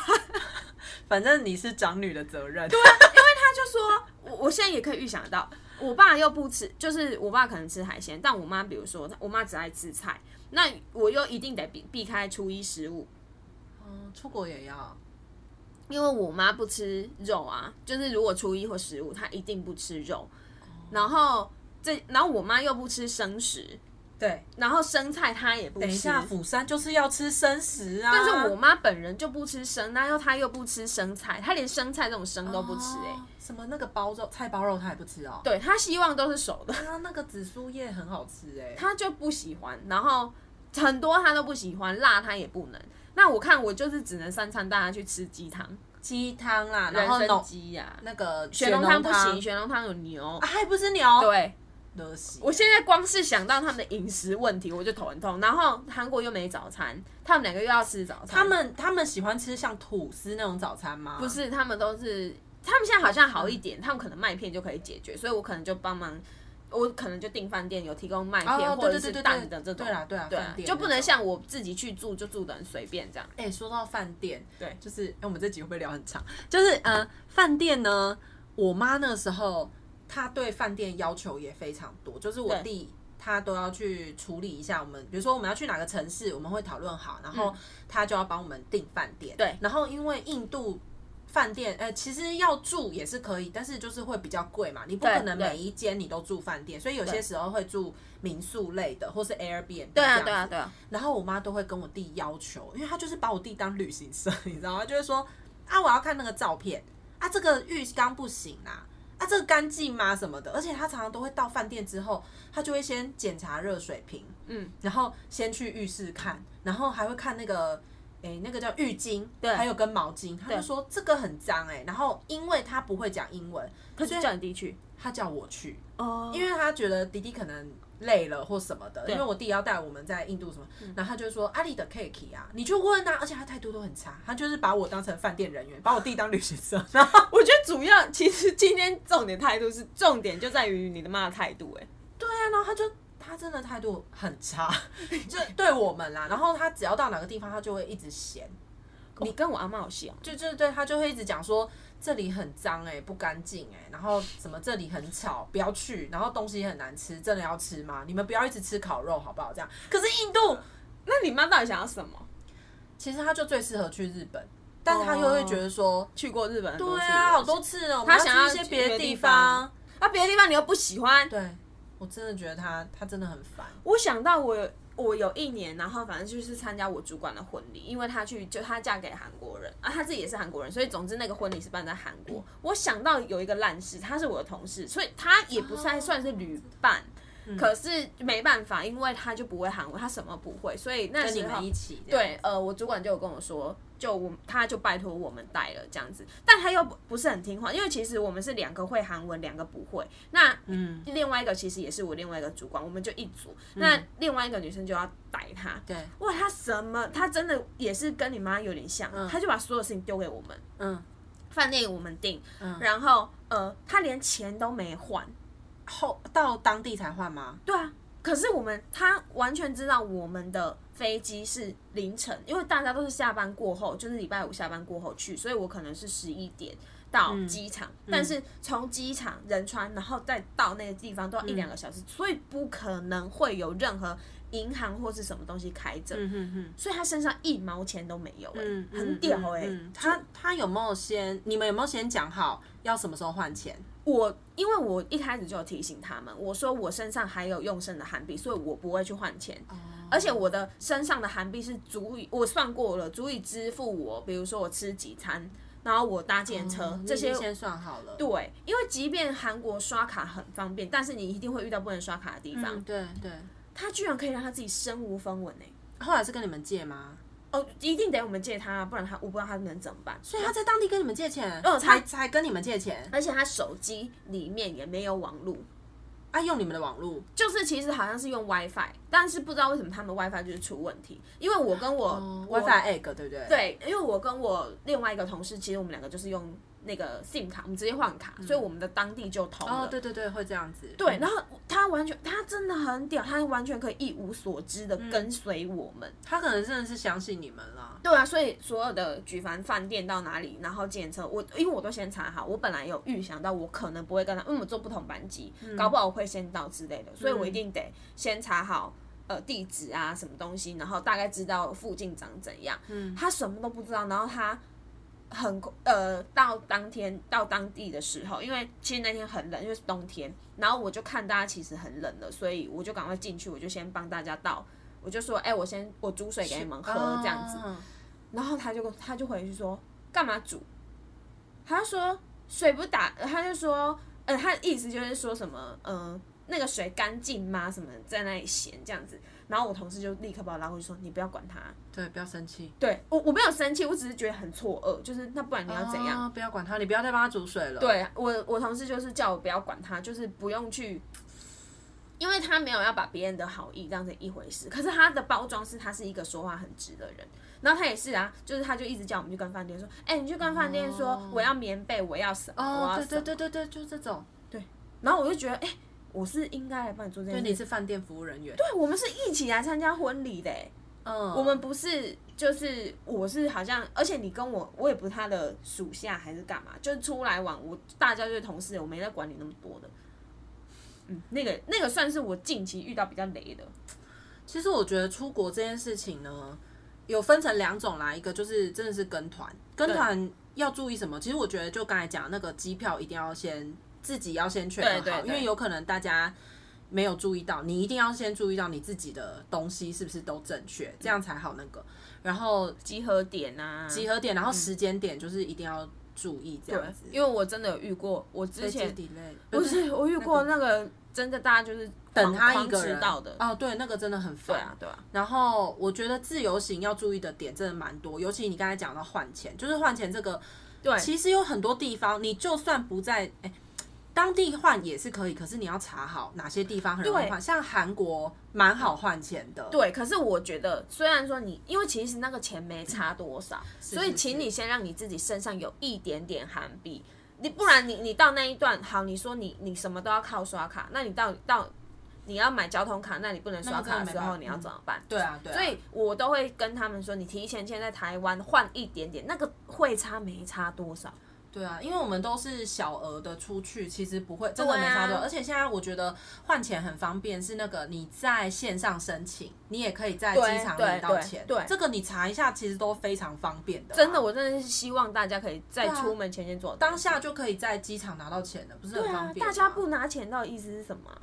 Speaker 2: 反正你是长女的责任。
Speaker 1: 啊
Speaker 2: 对，
Speaker 1: 她就说我我现在也可以预想到，我爸又不吃，就是我爸可能吃海鲜，但我妈比如说我妈只爱吃菜，那我又一定得避避开初一十五，
Speaker 2: 嗯，出国也要。
Speaker 1: 因为我妈不吃肉啊，就是如果初一或十五，她一定不吃
Speaker 2: 哦
Speaker 1: 肉。然后这，然后我妈又不吃生食，
Speaker 2: 对，
Speaker 1: 然后生菜她也不吃。
Speaker 2: 等一下，釜山就是要吃生食啊。
Speaker 1: 但是我妈本人就不吃生，然后她又不吃生菜，她连生菜这种生都不吃哎、
Speaker 2: 哦什么那个包肉菜包肉她也不吃哦。
Speaker 1: 对她希望都是熟的，
Speaker 2: 啊，那个紫苏叶很好吃哎。
Speaker 1: 她就不喜欢。然后很多她都不喜欢，辣她也不能。那我看我就是只能三餐带她去吃鸡汤，
Speaker 2: 鸡汤啦，然
Speaker 1: 人
Speaker 2: 后
Speaker 1: 参
Speaker 2: 浓
Speaker 1: 鸡呀、
Speaker 2: 哦那个
Speaker 1: 雪
Speaker 2: 雪
Speaker 1: 浓汤
Speaker 2: 汤
Speaker 1: 不行，，雪浓汤有牛
Speaker 2: 啊，。还不吃牛。
Speaker 1: 对，
Speaker 2: 得死
Speaker 1: 我现在光是想到他们的饮食问题，我就头很痛。然后韩国又没早餐，他们两个又要吃早餐。
Speaker 2: 他们他们喜欢吃像吐司那种早餐吗？
Speaker 1: 不，是，他们都是，他们现在好像好一
Speaker 2: 嗯
Speaker 1: 点，他们可能麦片就可以解决，所以我可能就帮忙，我可能就订饭店有提供麦片、
Speaker 2: 哦
Speaker 1: 或者
Speaker 2: 对对对
Speaker 1: 是
Speaker 2: 对
Speaker 1: 蛋的这种。啊
Speaker 2: 对啦对啦饭店
Speaker 1: 就不能
Speaker 2: 那种
Speaker 1: 像我自己去住就住的很随便这样。
Speaker 2: 哎、说到饭店，
Speaker 1: 对
Speaker 2: 就是、哎我们这集会不会聊很长？就是呃，饭店呢，我妈那时候她对饭店要求也非常多，就是我
Speaker 1: 对
Speaker 2: 弟他都要去处理一下我们，比如说我们要去哪个城市，我们会讨论好，然后他就要帮我们订饭店。
Speaker 1: 嗯对
Speaker 2: 然后因为印度。饭店，呃，其实要住也是可以，但是就是会比较贵嘛。你不
Speaker 1: 对
Speaker 2: 可能
Speaker 1: 对
Speaker 2: 每一间你都住饭店，所以有
Speaker 1: 对
Speaker 2: 些时候会住民宿类的，或是 Airbnb
Speaker 1: 对
Speaker 2: 这样
Speaker 1: 啊，
Speaker 2: 子
Speaker 1: 对啊，对啊，
Speaker 2: 然后我妈都会跟我弟要求，因为她就是把我弟当旅行社，你知道吗？就会说啊，我要看那个照片啊，这个浴缸不行啦，啊，这个干净吗什么的。而且她常常都会到饭店之后，她就会先检查热水瓶，
Speaker 1: 嗯，
Speaker 2: 然后先去浴室看，然后还会看那个哎、那个叫浴巾，
Speaker 1: 对
Speaker 2: 还有跟毛巾，他就说这个很脏哎、然后因为他不会讲英文，
Speaker 1: 他就叫你弟去
Speaker 2: 他叫我去，
Speaker 1: 哦，因
Speaker 2: 因为他觉得弟弟可能累了或什么的，因为我弟要带我们在印度什么，然后他就说阿里的 cake 啊，你就问啊，而且他态度都很差，他就是把我当成饭店人员，把我弟当旅行社，然后
Speaker 3: 我觉得主要其实今天重点态度是重点就在于你的妈的态度、哎，
Speaker 2: 对啊，然后他就他真的态度很差，就对我们啦，然后他只要到哪个地方，他就会一直嫌，
Speaker 3: 你跟我阿妈好
Speaker 1: 哦
Speaker 3: 像，
Speaker 2: 就就对他就会一直讲说这里很脏哎、不干净哎，然后什么这里很吵，不要去，然后东西很难吃，真的要吃吗？你们不要一直吃烤肉好不好？这样，可是印度
Speaker 3: 那你妈到底想要什么？
Speaker 2: 其实他就最适合去日本，但他又会觉得说，
Speaker 3: 去过日本很多
Speaker 2: 对
Speaker 3: 次
Speaker 2: 啊，好多
Speaker 3: 次，
Speaker 2: 次哦，我们
Speaker 1: 他想要
Speaker 2: 要去一些别的
Speaker 3: 去别的地
Speaker 2: 方
Speaker 3: 方，
Speaker 1: 啊别的地方你又不喜欢，
Speaker 2: 对我真的觉得他他真的很烦，
Speaker 1: 我想到我有我有一年，然后反正就是参加我主管的婚礼，因为她去就她嫁给韩国人啊，她自己也是韩国人，所以总之那个婚礼是办在韩
Speaker 2: 嗯
Speaker 1: 国。我想到有一个烂事，她是我的同事，所以她也不
Speaker 2: 哦
Speaker 1: 算算是旅伴。
Speaker 2: 嗯
Speaker 1: 可是没办法，因为她就不会韩文，她什么不会，所以那
Speaker 2: 跟你
Speaker 1: 时候
Speaker 2: 们一起这样
Speaker 1: 对，呃，我主管就有跟我说，就我他就拜托我们带了这样子，但他又不不是很听话，因为其实我们是两个会韩文，两个不会。那嗯，另外一个其实也是我另外一个主管，我们就一组，那另外一个女生就要带他。
Speaker 2: 对，
Speaker 1: 哇，他什么？他真的也是跟你妈有点像，他就把所有事情丢给我们，
Speaker 2: 嗯，
Speaker 1: 饭店我们订，然后呃，他连钱都没换，
Speaker 2: 后到当地才换吗？
Speaker 1: 对啊，可是我们他完全知道我们的飞机是凌晨，因为大家都是下班过后，就是礼拜五下班过后去，所以我可能是十一点到
Speaker 2: 嗯
Speaker 1: 机场，但是从机场仁川，然后再到那个地方都要一两个
Speaker 2: 嗯
Speaker 1: 小时，所以不可能会有任何银行或是什么东西开着，
Speaker 2: 嗯哼哼。
Speaker 1: 所以他身上一毛钱都没有、欸，
Speaker 2: 嗯，
Speaker 1: 很屌哎、欸
Speaker 2: 嗯他他有没有先？你们有没有先讲好要什么时候换钱？
Speaker 1: 我因为我一开始就有提醒他们，我说我身上还有用剩的韩币，所以我不会去换钱。
Speaker 2: 哦
Speaker 1: 而且我的身上的韩币是足以，我算过了，足以支付我，比如说我吃几餐，然后我搭电车、
Speaker 2: 哦你
Speaker 1: 这
Speaker 2: 已经
Speaker 1: 些。
Speaker 2: 先算好了。
Speaker 1: 对，因为即便韩国刷卡很方便，但是你一定会遇到不能刷卡的地方。
Speaker 2: 嗯，对对。
Speaker 1: 他居然可以让他自己身无分文呢、欸
Speaker 2: 后来是跟你们借吗？
Speaker 1: 哦，一定得我们借他啊，不然他我不知道他能怎么办。
Speaker 2: 所以他在当地跟你们借钱，
Speaker 1: 嗯
Speaker 2: 哦才
Speaker 1: 他
Speaker 2: 才跟你们借钱，
Speaker 1: 而且他手机里面也没有网络，
Speaker 2: 啊，用你们的网络。
Speaker 1: 就是其实好像是用 WiFi，但是不知道为什么他们 WiFi 就是出问题。因为我跟我,、
Speaker 2: 哦
Speaker 1: 我哎
Speaker 2: WiFi egg 对不对？，
Speaker 1: 对，因为我跟我另外一个同事，其实我们两个就是用那个 SIM 卡，我们直接换卡，所以我们的当地就通了。
Speaker 2: 嗯哦，对对嗯对，会这样子。
Speaker 1: 对，然后他完全，他真的很屌，他完全可以一无所知的
Speaker 2: 嗯
Speaker 1: 跟随我们。
Speaker 2: 他可能真的是相信你们啦。
Speaker 1: 对啊，所以所有的举凡饭店到哪里，然后检测我，因为我都先查好，我本来有预想到我可能不会跟他，因为嗯我们坐不同班机，搞不好我会先到之类的，所以我一定得先查好。呃，地址啊，什么东西，然后大概知道附近长怎样。嗯，他什么都不知道，然后他很呃，到当天到当地的时候，因为其实那天很冷，因为是冬天，然后我就看大家其实很冷了，所以我就赶快进去，我就先帮大家倒，我就说，哎、我先我煮水给你们喝，这样子。
Speaker 2: 啊
Speaker 1: 然后他就跟他就回去说干嘛煮？他说水不打，他就说，呃，他的意思就是说什么，呃，那个水干净吗？什么在那里闲这样子。然后我同事就立刻把我拉回去说，你不要管他。
Speaker 2: 对，不要生气。
Speaker 1: 对我我没有生气，我只是觉得很错愕，就是那不然你要怎样？
Speaker 2: 啊不要管他，你不要再帮他煮水了。，
Speaker 1: 对我我同事就是叫我不要管他，就是不用去。因为他没有要把别人的好意当成一回事，可是他的包装是他是一个说话很直的人，然后他也是啊，就是他就一直叫我们去跟饭店说，哎、你去跟饭店说、我要棉被，我要什么，我
Speaker 2: 哦，
Speaker 1: 要
Speaker 2: 对
Speaker 1: 什么
Speaker 2: 对，对对对，就这种。
Speaker 1: 然后我就觉得，哎、我是应该来帮你做这
Speaker 2: 对，
Speaker 1: 件
Speaker 2: 你
Speaker 1: 事，
Speaker 2: 是饭店服务人员。
Speaker 1: 对，我们是一起来参加婚礼的、哎
Speaker 2: 嗯，
Speaker 1: 我们不是，就是我是好像，而且你跟我，我也不是他的属下还是干嘛，就是出来玩，我大家就是同事，我没在管你那么多的。嗯，那个那个算是我近期遇到比较雷的，
Speaker 2: 其实我觉得出国这件事情呢，有分成两种啦，一个就是真的是跟团，跟团要注意什么？其实我觉得就刚才讲那个机票一定要先自己要先确认好，
Speaker 1: 对对对
Speaker 2: 因为有可能大家。没有注意到，你一定要先注意到你自己的东西是不是都正确，这样才好那个。然后
Speaker 1: 集合点啊，
Speaker 2: 集合点，然后时间点就是一定要注意这
Speaker 1: 对
Speaker 2: 样子。，
Speaker 1: 因为我真的有遇过，我之
Speaker 2: 飞
Speaker 1: 前
Speaker 2: 机 delay
Speaker 1: 不是我遇过那个真的大家就是
Speaker 2: 等他一个
Speaker 1: 狂
Speaker 2: 人
Speaker 1: 迟到的
Speaker 2: 哦，对，那个真的很
Speaker 1: 对
Speaker 2: 烦。
Speaker 1: 啊，对啊，
Speaker 2: 然后我觉得自由行要注意的点真的蛮多，尤其你刚才讲到换钱，就是换钱这个，
Speaker 1: 对
Speaker 2: 其实有很多地方你就算不在哎当地换也是可以，可是你要查好哪些地方很容易
Speaker 1: 对
Speaker 2: 换，像韩国蛮好换钱的，
Speaker 1: 对。可是我觉得，虽然说你，因为其实那个钱没差多少，
Speaker 2: 嗯
Speaker 1: 所以请你先让你自己身上有一点点韩币。你不然你你到那一段好，你说你你什么都要靠刷卡，那你到到你要买交通卡，那你不能刷卡
Speaker 2: 那真的
Speaker 1: 的
Speaker 2: 没
Speaker 1: 时
Speaker 2: 办
Speaker 1: 候，
Speaker 2: 法
Speaker 1: 你要怎么办？
Speaker 2: 对啊，对啊，
Speaker 1: 所以我都会跟他们说，你提前先在台湾换一点点，那个汇差没差多少。
Speaker 2: 对啊，因为我们都是小额的出去，其实不会真的没差多少。
Speaker 1: 对啊
Speaker 2: 而且现在我觉得换钱很方便，是那个你在线上申请，你也可以在
Speaker 1: 对
Speaker 2: 机场
Speaker 1: 对
Speaker 2: 领到
Speaker 1: 对
Speaker 2: 钱。
Speaker 1: 对
Speaker 2: 这个你查一下，其实都非常方便的啊、
Speaker 1: 真的，我真的是希望大家可以在
Speaker 2: 对啊
Speaker 1: 出门前先做到
Speaker 2: 当下就可以在机场拿到钱了，不是很
Speaker 1: 对
Speaker 2: 方
Speaker 1: 啊，
Speaker 2: 便
Speaker 1: 大
Speaker 2: 吗、
Speaker 1: 家不拿钱到底意思是什么啊？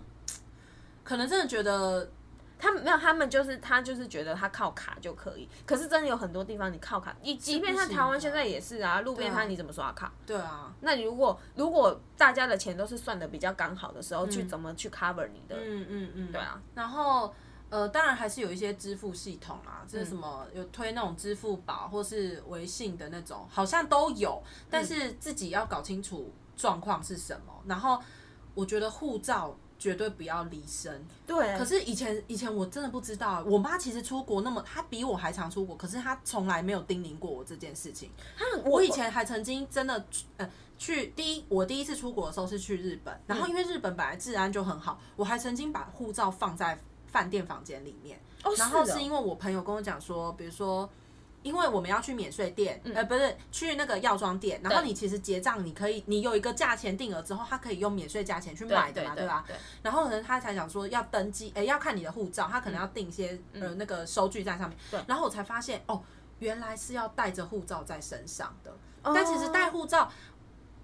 Speaker 2: 可能真的觉得
Speaker 1: 他们没有，他们就是他就是觉得他靠卡就可以，可是真的有很多地方你靠卡，你即便像
Speaker 2: 行
Speaker 1: 台湾
Speaker 2: 的
Speaker 1: 现在也是啊，路边
Speaker 2: 对啊
Speaker 1: 摊你怎么刷卡？
Speaker 2: 对啊，
Speaker 1: 那你如果如果大家的钱都是算的比较刚好的时候，去怎么去 cover 你的？
Speaker 2: 嗯嗯嗯，对
Speaker 1: 啊。
Speaker 2: 然后呃，当然还是有一些支付系统啦，就是什么有推那种支付宝或是微信的那种，好像都有，
Speaker 1: 嗯
Speaker 2: 但是自己要搞清楚状况是什么。然后我觉得护照。绝对不要离身。
Speaker 1: 对，
Speaker 2: 可是以前以前我真的不知道，我妈其实出国那么，她比我还常出国，可是她从来没有叮咛过我这件事情。我以前还曾经真的去呃去第一，我第一次出国的时候是去日本，然后因为日本本来治安就很好，我还曾经把护照放在饭店房间里面，然后
Speaker 1: 是哦
Speaker 2: 是因为我朋友跟我讲说，比如说。因为我们要去免税店，呃，不是去那个药妆店，然后
Speaker 1: 嗯对
Speaker 2: 你其实结账，你可以，你有一个价钱定额之后，他可以用免税价钱去
Speaker 1: 对
Speaker 2: 买的
Speaker 1: 对
Speaker 2: 嘛，
Speaker 1: 对
Speaker 2: 吧？
Speaker 1: 对
Speaker 2: 然后呢，他才想说要登记，哎、要看你的护照，他可能要定一些、呃那个收据在上面。
Speaker 1: 嗯对
Speaker 2: 然后我才发现，哦，原来是要带着护照在身上的。
Speaker 1: 哦
Speaker 2: 但其实带护照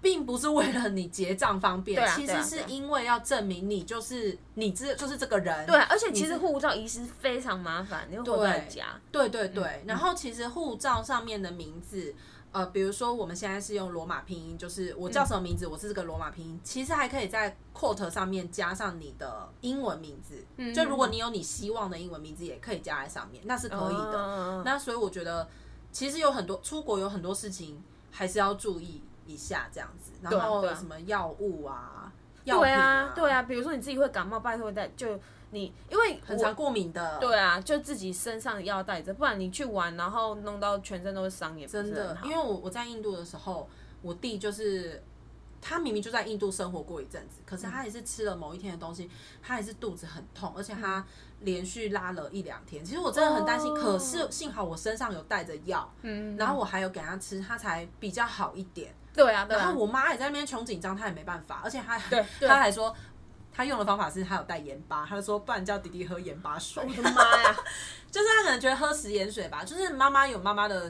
Speaker 2: 并不是为了你结账方便，
Speaker 1: 对啊
Speaker 2: 其
Speaker 1: 对
Speaker 2: 实
Speaker 1: 啊
Speaker 2: 是
Speaker 1: 对啊
Speaker 2: 因为要证明你就是你这就是这个人。
Speaker 1: 对，啊而且
Speaker 2: 你
Speaker 1: 其
Speaker 2: 是
Speaker 1: 实护照遗失非常麻烦，你又回不了
Speaker 2: 对
Speaker 1: 家。
Speaker 2: 对对
Speaker 1: 嗯
Speaker 2: 对，然后其实护照上面的名字，呃，比如说我们现在是用罗马拼音，就是我
Speaker 1: 嗯
Speaker 2: 叫什么名字，我是这个罗马拼音。其实还可以在 quote 上面加上你的英文名字，
Speaker 1: 嗯
Speaker 2: 就如果你有你希望的英文名字，也可以加在上面，那是可以的。
Speaker 1: 嗯
Speaker 2: 那所以我觉得，其实有很多出国有很多事情还是要注意一下这样子，然
Speaker 1: 对啊
Speaker 2: 后
Speaker 1: 对啊
Speaker 2: 什么药物啊。药
Speaker 1: 对
Speaker 2: 品啊
Speaker 1: 啊，，对啊，比如说你自己会感冒，拜托带就你，因为
Speaker 2: 很
Speaker 1: 我
Speaker 2: 常过敏的，
Speaker 1: 对啊，就自己身上要带着，不然你去玩，然后弄到全身都是伤，也不是
Speaker 2: 真的
Speaker 1: 很，好
Speaker 2: 因为我我在印度的时候，我弟就是他明明就在印度生活过一阵子，可
Speaker 1: 嗯
Speaker 2: 是他也是吃了某一天的东西，他也是肚子很痛，而且他连续拉了一两天。其实我真的很担心，
Speaker 1: 嗯哦
Speaker 2: 可是幸好我身上有带着药，
Speaker 1: 嗯，
Speaker 2: 然后我还有给他吃，他才比较好一点。
Speaker 1: 对啊，对
Speaker 2: 然
Speaker 1: 啊
Speaker 2: 后，我妈也在那边穷紧张，她也没办法，而且她
Speaker 1: 对对
Speaker 2: 她还说。她用的方法是，她有带盐巴，她就说不然叫弟弟喝盐 巴水。
Speaker 1: 我的妈呀，
Speaker 2: 就是他可能觉得喝食盐水吧，就是妈妈有妈妈的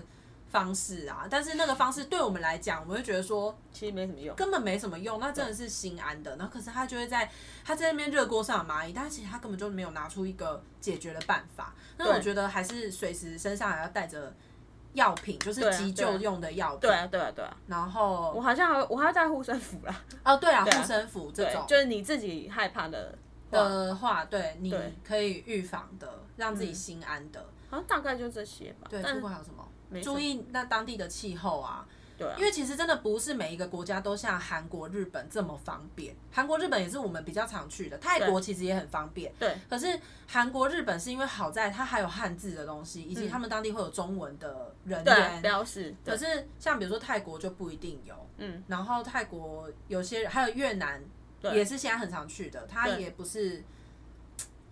Speaker 2: 方式啊，但是那个方式对我们来讲，我们会觉得说
Speaker 1: 其实没什么用。
Speaker 2: 根本没什么用，那真的是心安的。然后可是他就会在他在那边热锅上的蚂蚁，但其实他根本就没有拿出一个解决的办法。那我
Speaker 1: 对
Speaker 2: 觉得还是随时身上还要带着药品，就是
Speaker 1: 对啊
Speaker 2: 急救用的药品。
Speaker 1: 对啊，对啊，对啊，
Speaker 2: 然
Speaker 1: 我
Speaker 2: 后
Speaker 1: 好像还我还要带护身符啦，
Speaker 2: 哦，对啊，
Speaker 1: 对啊
Speaker 2: 护身符这
Speaker 1: 对
Speaker 2: 种，
Speaker 1: 就是你自己害怕的话，
Speaker 2: 的话，对你
Speaker 1: 对嗯
Speaker 2: 可以预防的，让自己心安的。
Speaker 1: 好像大概就这些吧。
Speaker 2: 对，
Speaker 1: 但
Speaker 2: 出哎国还有什么？
Speaker 1: 没
Speaker 2: 注
Speaker 1: 什么
Speaker 2: 意那当地的气候啊，
Speaker 1: 对啊
Speaker 2: 因，为其实真的不是每一个国家都像韩国、日本这么方便。韩国、日本也是我们比较常去的，泰国其实也很方便。
Speaker 1: 对，
Speaker 2: 可是韩国、日本是因为好在它还有汉字的东西，以及他们当地会有中文的人
Speaker 1: 嗯对啊，
Speaker 2: 员。
Speaker 1: 标示，
Speaker 2: 可
Speaker 1: 对，
Speaker 2: 是像比如说泰国就不一定有，
Speaker 1: 嗯，
Speaker 2: 然后泰国有些还有越南
Speaker 1: 对
Speaker 2: 也是现在很常去的，它
Speaker 1: 对
Speaker 2: 也不是，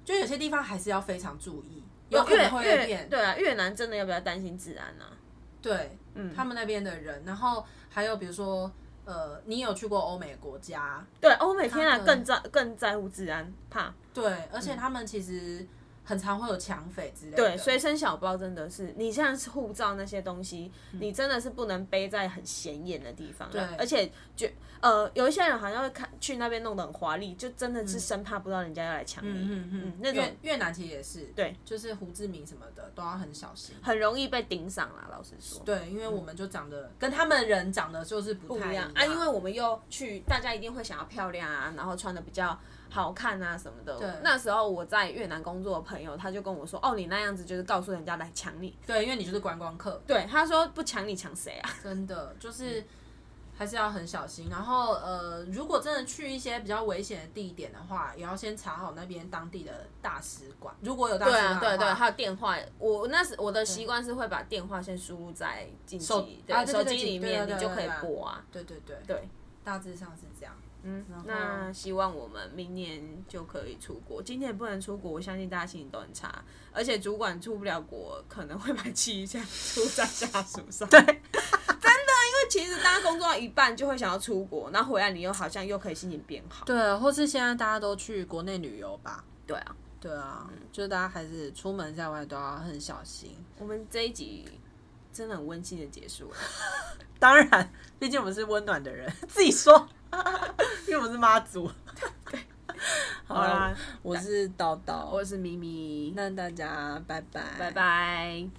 Speaker 2: 就有些地方还是要非常注意，有
Speaker 1: 有
Speaker 2: 可
Speaker 1: 越
Speaker 2: 能会
Speaker 1: 越
Speaker 2: 变。
Speaker 1: 对啊，越南真的要不要担心治安啊？
Speaker 2: 对，
Speaker 1: 嗯
Speaker 2: 他们那边的人，然后还有比如说，呃，你有去过欧美国家，
Speaker 1: 对，欧美天啊
Speaker 2: 他们
Speaker 1: 更在更在乎治安，怕
Speaker 2: 对，而且他们其实很常会有抢匪之类的，
Speaker 1: 对，啊随身小包真的是，你像是护照那些东西，你真的是不能背在很显眼的地方啊。
Speaker 2: 对
Speaker 1: 而且觉呃，有一些人好像会看去那边弄得很华丽，就真的是生怕不知道人家要来抢你，
Speaker 2: 嗯嗯嗯，
Speaker 1: 那种
Speaker 2: 越越南其实也是，
Speaker 1: 对，
Speaker 2: 就是胡志明什么的都要很小心。
Speaker 1: 很容易被盯上啦。老实说，
Speaker 2: 对，因为我们就长得、跟他们人长得就是不
Speaker 1: 不
Speaker 2: 太
Speaker 1: 啊一样啊，因为我们又去，大家一定会想要漂亮啊，然后穿的比较好看啊什么的。
Speaker 2: 对
Speaker 1: 那时候我在越南工作的朋友，他就跟我说：“哦，你那样子就是告诉人家来抢你。
Speaker 2: 对，因为你就是观光客，”
Speaker 1: 对，他说不抢你抢谁 啊？
Speaker 2: 真的就是还是要很小心。然后呃，如果真的去一些比较危险的地点的话，也要先查好那边当地的大使馆，如果有大使
Speaker 1: 对
Speaker 2: 馆的
Speaker 1: 啊，
Speaker 2: 话，
Speaker 1: 对对，还有电话，我那时我的习惯是会把电话先输入在紧
Speaker 2: 手
Speaker 1: 急
Speaker 2: 啊
Speaker 1: 对
Speaker 2: 对
Speaker 1: 手
Speaker 2: 对
Speaker 1: 机
Speaker 2: 对
Speaker 1: 里
Speaker 2: 对对
Speaker 1: 面，
Speaker 2: 对
Speaker 1: 你就可以
Speaker 2: 对对
Speaker 1: 拨啊。
Speaker 2: 对对对
Speaker 1: 对，
Speaker 2: 大致上是这样。
Speaker 1: 嗯
Speaker 2: 然后，
Speaker 1: 那希望我们明年就可以出国。今年不能出国，我相信大家心情都很差，而且主管出不了国，可能会把气象出在下属上。 对，真的，因为其实大家工作到一半就会想要出国，然后回来你又好像又可以心情变好。
Speaker 2: 对，啊或是现在大家都去国内旅游吧。
Speaker 1: 对啊，
Speaker 2: 对啊，就是大家还是出门在外都要很小心。
Speaker 1: 我们这一集真的很温馨的结束了。
Speaker 4: 当然，毕竟我们是温暖的人，自己说，因为我们是妈祖。
Speaker 1: 好啦，
Speaker 4: 我是叨叨，
Speaker 1: 我是咪咪，
Speaker 4: 那大家拜拜，
Speaker 1: 拜。拜。